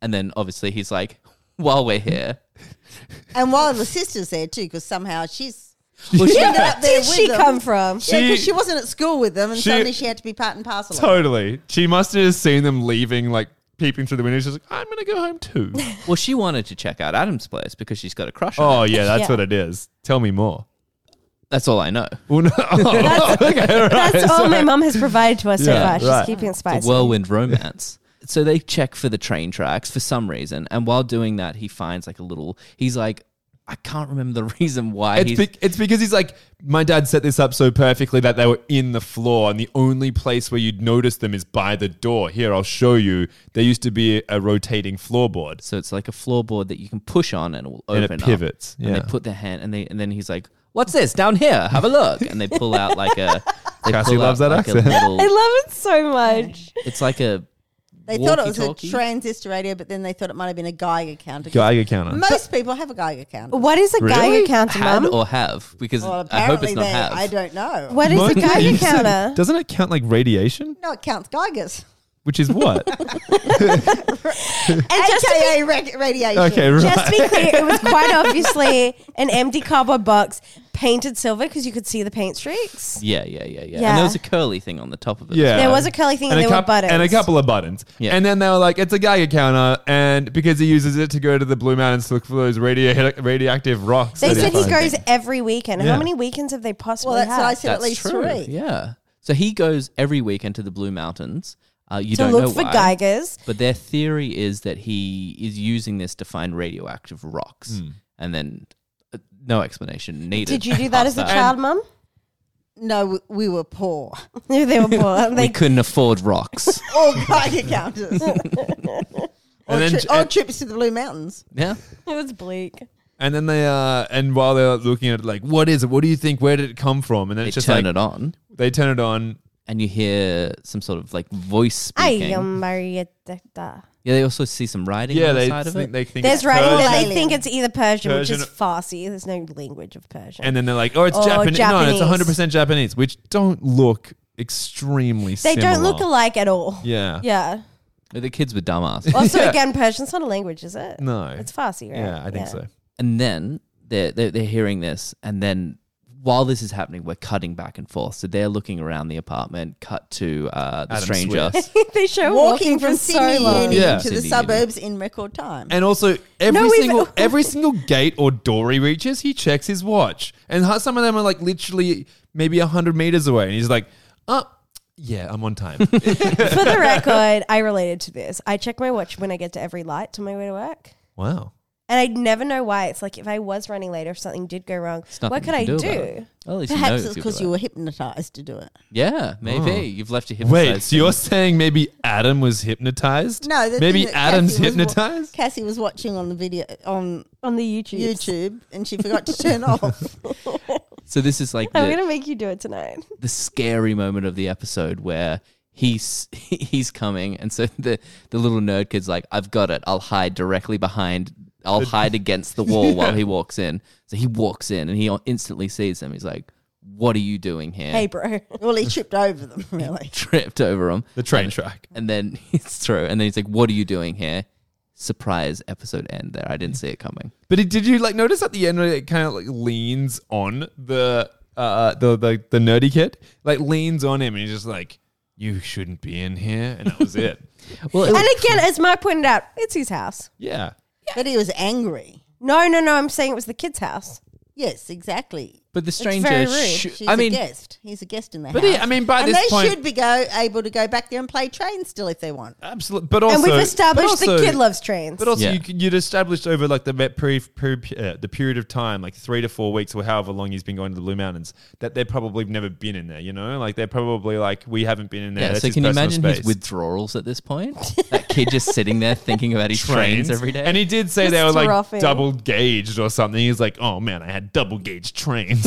A: and then obviously he's like, "While we're
C: [laughs]
A: here,
D: And while the sister's there too, because somehow she's
A: Well, she-
D: ended
B: Where [laughs]
D: up there
B: did
D: with
B: she
D: them.
B: come from?
D: Yeah, 'cause
C: She-
D: she wasn't at school with them, and
C: She-
D: suddenly she had to be part and parcel. of it.
C: Totally. She must have just seen them leaving, like peeping through the window. She's like, I'm gonna go
B: [laughs]
C: home too.
A: well, she wanted to check out Adam's place because she's got a crush on him.
C: oh yeah, Oh, that's
B: Yeah.
C: what it is. Tell me more. [laughs] Oh,
A: That's all I know.
C: Well, [laughs] no.
B: That's, [laughs] that's all my mum has provided to us so
A: Yeah,
B: far. She's
C: right.
B: keeping it
A: It's
B: spicy.
A: a
C: [laughs]
A: whirlwind romance. so they check for the train tracks for some reason, and while doing that, he finds like a little. He's like, I can't remember the [laughs] reason why.
C: It's,
A: he's,
C: be- it's because he's like, my dad set this up so perfectly that they were in the floor, and the only place where you'd notice them is by the door. Here, I'll show you. There used to be a rotating floorboard.
A: so it's like a floorboard that you can push on, and it will
C: And
A: open
C: it
A: up.
C: pivots,
A: And
C: yeah.
A: they put their hand, and they and then he's like, "What's this down here? Have a look!" And they pull out like a. They
C: Cassie
A: pull
C: loves
A: out
C: that
A: like a
C: accent.
D: [laughs]
A: little-
B: I love it so much.
A: it's like a.
D: They thought it was a
A: walkie-talkie.
D: transistor radio, but then they thought it might have been a Geiger counter. 'cause
C: Geiger counter.
D: Most people have a Geiger counter.
B: What is a Geiger
C: Really?
B: counter,
A: Had
B: mum?
A: or have because
D: Well,
A: Oh, I hope
D: apparently
A: it's not
D: they,
A: have.
D: I don't know.
B: What is a
C: [laughs] Most
B: Geiger
C: things-
B: counter?
C: Doesn't it count like radiation?
D: No, it counts Geigers.
C: Which is
B: [laughs]
C: what?
B: And just to
D: AKA ra- radiation.
C: okay, right.
B: Just to be clear, it was
C: [laughs]
B: quite obviously an empty cardboard box painted silver because you could see the paint streaks.
A: yeah, yeah, yeah, yeah,
B: Yeah.
A: And there was a curly thing on the top of it.
C: yeah.
B: There was a curly thing and,
C: a
B: there
C: coup-
B: were buttons.
C: and a couple of buttons.
A: Yeah.
C: And then they were like, it's a Geiger counter, and because he uses it to go to the Blue Mountains to look for those radio- radioactive rocks.
B: They
C: that
B: said he
C: finds.
B: goes every weekend. How
C: Yeah.
B: many weekends have they possibly
D: Well, that's
B: had?
D: what I said.
A: That's
D: at least
A: true.
D: three.
A: Yeah. So he goes every weekend to the Blue Mountains. Uh, you
B: to
A: don't know
B: look for
A: why.
B: Geigers.
A: But their theory is that he is using this to find radioactive rocks,
C: Hmm.
A: and then uh, no explanation needed.
B: Did you do
A: [laughs]
B: that as a
A: after
B: child, mum? [laughs]
D: No, we, we were poor.
B: No, they were poor.
A: We
B: They,
A: couldn't afford
B: [laughs]
A: rocks.
D: All Geiger counters. [laughs] or,
C: And then-
D: tri- or trips to the Blue Mountains.
A: yeah.
B: it was bleak.
C: And then they uh, and while they're looking at it, like, what is it? What do you think? Where did it come from? And then
A: They
C: it's just
A: turn
C: like
A: it on,
C: they turn it on.
A: and you hear some sort of like voice
B: I
A: speaking.
B: am Marietta.
A: yeah, they also see some writing
C: Yeah,
A: on the
C: they
A: side of
C: think
A: it.
C: they think
B: There's
C: it's
B: writing
C: Persian.
B: that they
D: Persian.
B: think it's either Persian, which is
C: Persian-
B: Farsi. There's no language of Persian.
C: and then they're like, oh, it's
B: Oh,
C: Japanese. No,
B: Japanese.
C: it's 100 percent Japanese, which don't look extremely.
B: they don't look
C: similar.
B: alike at all.
C: Yeah.
B: Yeah.
A: the kids were dumbass.
B: Also,
C: [laughs] Yeah.
B: again, Persian's not a language, is it?
C: No.
B: It's Farsi, right?
C: yeah, I think so.
A: and then they're, they're they're hearing this, and then while this is happening, we're cutting back and forth. So they're looking around the apartment. Cut to uh, the
C: Adam
A: stranger.
C: Swift.
B: [laughs] they show
D: Walking,
B: Oh, walking,
D: from
B: for
D: Sydney
B: so long.
D: Uni
C: Yeah.
D: to the
A: Sydney Uni.
D: suburbs in record time.
C: And also, every
B: No, we've-
D: [laughs]
C: single every single gate or door he reaches, he checks his watch. And ho- some of them are like literally maybe hundred meters away, and he's like, "Oh, yeah, I'm on
D: [laughs]
C: time." [laughs]
B: For the record, I related to this. I check my watch when I get to every light on my way to work.
C: wow.
B: And I never know why. It's like if I was running late or if something did go wrong,
A: It's nothing
B: what
A: you
B: could
A: can
B: I do?
A: about it. Well, at least
D: Perhaps
A: you know
D: it's because you were hypnotized to do it.
A: Yeah, maybe you've left your hypnotized.
C: Wait, so you're saying maybe Adam was hypnotized?
D: No, the
C: maybe
D: thing that
C: Adam's
D: Cassie was wa-
C: hypnotized.
D: [laughs] Cassie was watching on the video on
B: On the YouTube.
D: YouTube and she forgot to [laughs] turn off.
A: So this is like
B: I'm
A: the,
B: going to make you do it tonight.
A: the scary moment of the episode where he's [laughs] he's coming, and so the the little nerd kid's like, "I've got it. I'll hide directly behind. I'll hide against the wall while he walks in." So he walks in, and he instantly sees him. He's like, "What are you doing here?"
B: Hey,
C: [laughs]
B: bro.
D: Well, he tripped over them, really.
A: [laughs] Tripped over him,
C: The train track.
A: and then [laughs] it's true. And then he's like, "What are you doing here?" Surprise! Episode end there. I didn't see it coming.
C: But it, did you like notice at the end when it kind of like leans on the uh the the, the nerdy kid? Like leans on him and he's just like, "You shouldn't be in here," and that was
D: [laughs]
C: it.
A: Well, it
B: And again, as Mark pointed out, it's his house.
C: yeah.
D: But he was angry.
B: No, no, no. I'm saying it was the kid's house.
D: Yes, exactly.
A: but the
B: very
A: stranger.
B: rude.
A: sh-
D: She's
A: I mean,
D: a guest. He's a guest in the
C: But
D: house.
C: yeah, I mean, by
D: and
C: this
D: they
C: point-
D: should be go able to go back there and play trains still if they want.
C: Absolutely, but also,
B: and we've
C: but
B: established
C: also-
B: the kid loves trains.
C: But also,
A: Yeah.
C: you, c- you'd established over like the me- peri- peri- uh, the period of time, like three to four weeks, or however long he's been going to the Blue Mountains, that they probably have never been in there. You know, like they're probably like we haven't been in there.
A: Yeah,
C: That's
A: so
C: his
A: can you
C: personal
A: imagine
C: space.
A: his withdrawals at this point? that kid just sitting there thinking about his trains, every day.
C: And he did say
B: Just
C: they were like
B: troughing.
C: double gauged or something. He's like, oh man, I had double gauged
A: [laughs]
C: trains.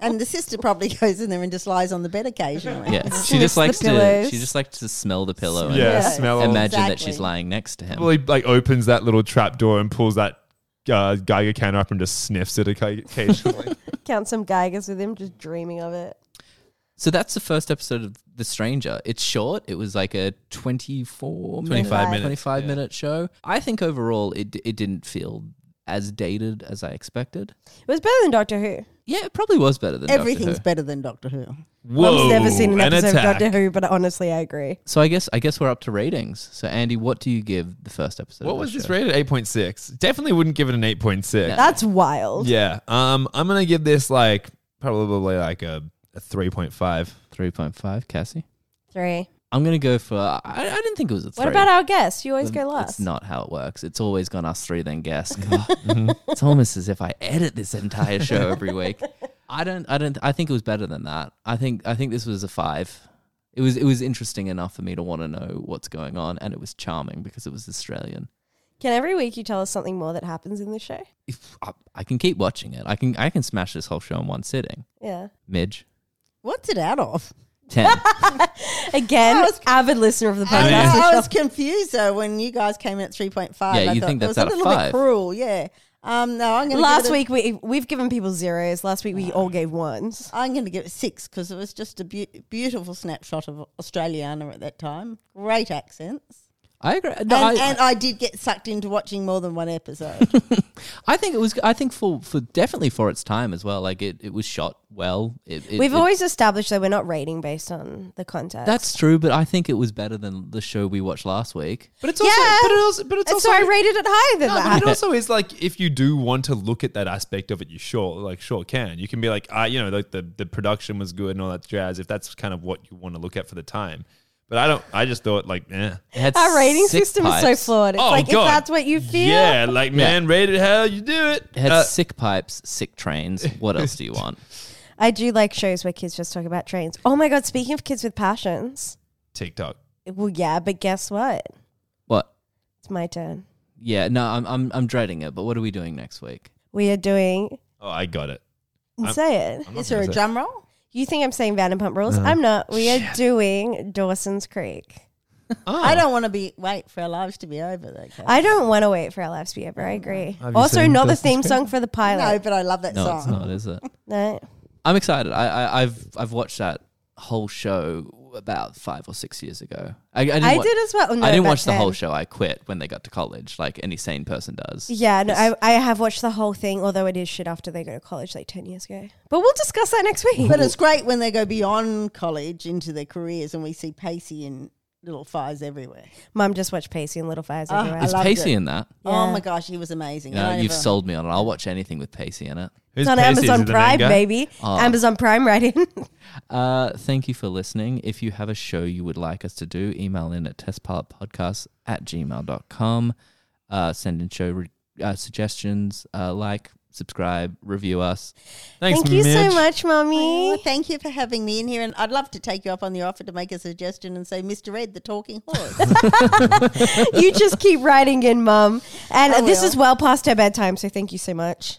D: And the sister probably [laughs] goes in there and just lies on the bed occasionally. [laughs]
A: yeah, she just
B: the
A: likes to
B: pillows.
A: she just likes to smell the pillow
C: yeah,
A: and
B: Yeah.
C: smell.
A: imagine
C: Imagine.
A: that she's
D: Exactly.
A: lying next to him.
C: Probably like opens that little trap door and pulls that uh, Geiger counter up and just sniffs it occa- occasionally.
B: [laughs] Count some Geigers with him, just dreaming of it.
A: So that's the first episode of The Stranger. It's short. It was like a 24 minute,
B: 25 minutes,
A: 25
C: yeah.
A: minute show. I think overall it it didn't feel as dated as I expected.
B: It was better than Doctor Who.
A: Yeah, it probably was better than Doctor
D: Everything's
A: Who.
D: better than Doctor Who.
C: Whoa,
B: I've never seen an
C: an
B: episode
C: attack.
B: of Doctor Who, but honestly, I agree.
A: So I guess I guess we're up to ratings. So Andy, what do you give the first episode?
B: Oh,
C: What
A: of
C: was
A: this
C: this
A: show?
C: rated? Eight point six. Definitely wouldn't give it an eight point six.
B: That's wild.
C: Yeah. Um, I'm gonna give this like probably like a, a three point five.
A: Three point five, Cassie.
B: Three.
A: I'm gonna go for. I, I didn't think it was a three.
B: What about our guest? You always
A: It's
B: go last.
A: not how it works. It's always gone us three then guess. God, It's almost as if I edit this entire show
B: [laughs]
A: every week. I don't. I don't. I think it was better than that. I think. I think this was a five. It was. It was interesting enough for me to want to know what's going on, and it was charming because it was Australian.
B: Can every week you tell us something more that happens in the show?
A: If I, I can keep watching it, I can. I can smash this whole show in one sitting.
D: [laughs]
B: Yeah.
A: Midge
D: What's it out of?
B: [laughs]
A: ten.
B: Again,
D: I was-
B: avid listener of the
D: I,
B: podcast.
D: know,
B: [laughs]
D: I
B: Michelle.
D: was confused though when you guys came in at three point five.
A: Yeah,
D: I
A: you
D: thought
A: think
D: it
A: that's
D: was a
A: out of
D: little
A: five.
D: bit cruel. Yeah. Um, no, I'm gonna
B: Last
D: give it a-
B: week we we've given people zeros. Last week we all gave ones.
D: I'm going to give it six because it was just a beau- beautiful snapshot of Australiana at that time. Great accents.
A: I agree. No,
D: And,
A: I,
D: and I did get sucked into watching more than
A: [laughs]
D: one episode.
A: I think it was. I think for for definitely for its time as well. Like it, it was shot well. It, it,
B: We've
A: it-
B: always established that we're not rating based on the content.
A: That's true, but I think it was better than the show we watched last week.
C: But it's also
B: Yeah.
C: but it also but it's
B: and
C: also
B: so I rated it higher than
C: No, but
B: that.
C: it also is like if you do want to look at that aspect of it, you sure like sure can. You can be like, ah, you know, like the the production was good and all that jazz. If that's kind of what you want to look at for the time, but I don't. I just thought like, eh.
A: It had
B: Our rating
A: sick
B: system is
A: pipes.
B: so flawed. It's
C: Oh,
B: like
C: God.
B: if that's what you feel,
C: yeah, like man, rate it how you do it.
A: It had
C: Uh,
A: sick pipes, sick trains. What else do you want?
B: I do like shows where kids just talk about trains. Oh my god! Speaking of kids with passions,
C: TikTok.
B: well, yeah, but guess what?
A: What?
B: It's my turn.
A: Yeah, no, I'm I'm I'm dreading it. But what are we doing next week?
B: We are doing.
C: Oh, I got it.
B: and
C: I'm-
B: say it.
C: I'm not
D: Is there
C: gonna say-
D: a drum roll?
B: You think I'm saying Vanderpump Rules? I'm not. We are doing Dawson's Creek.
C: Oh.
D: I don't want to be wait for our lives to be over though. Kate.
B: I don't want to wait for our lives to be over. I agree.
C: Have you
B: Also,
C: seen
B: not the
C: Dawson's
B: theme
C: Creek?
B: song for the
D: no,
B: pilot.
D: but I love that
A: No, it's
D: song.
A: not, is it?
B: No.
A: I'm excited. I, I I've I've watched that whole show about five or six years ago. I, I didn't.
B: I
A: wa-
B: did as well. No,
A: I didn't
B: about
A: watch the whole
B: 10.
A: show. I quit when they got to college, like any sane person does.
B: Yeah, no, I,
A: It's-
B: I have watched the whole thing, although it is shit after they go to college like 10 years ago. But we'll discuss that next week.
D: But it's great when they go beyond college into their careers, and we see Pacey and little fires everywhere.
B: Mum just watched Pacey and Little Fires
D: Ah.
B: everywhere.
D: I
A: Is
D: loved
A: Pacey
D: it.
A: in that?
D: Oh
B: Yeah.
D: my gosh, he was amazing.
A: You
D: And
A: know,
D: I
A: you've
D: never-
A: sold me on it. I'll watch anything with Pacey in it.
C: Who's
B: It's on
C: Pacey? Is
B: Amazon
C: he the main
B: Prime,
C: guy?
B: baby.
A: Oh.
B: Amazon Prime, [laughs] right in.
A: Uh, thank you for listening. If you have a show you would like us to do, email in at testpilotpodcast at gmail.com. Uh, send in show re- uh, suggestions, uh, like, subscribe, review us.
C: Thanks,
B: Thank you so
C: Mitch.
B: much, Mummy.
D: Oh, thank you for having me in here, and I'd love to take you up on the offer to make a suggestion and say, Mr. Ed, the talking horse.
B: you just keep writing in, Mum. And
D: I
B: this
D: will.
B: is well past her bedtime, so thank you so much.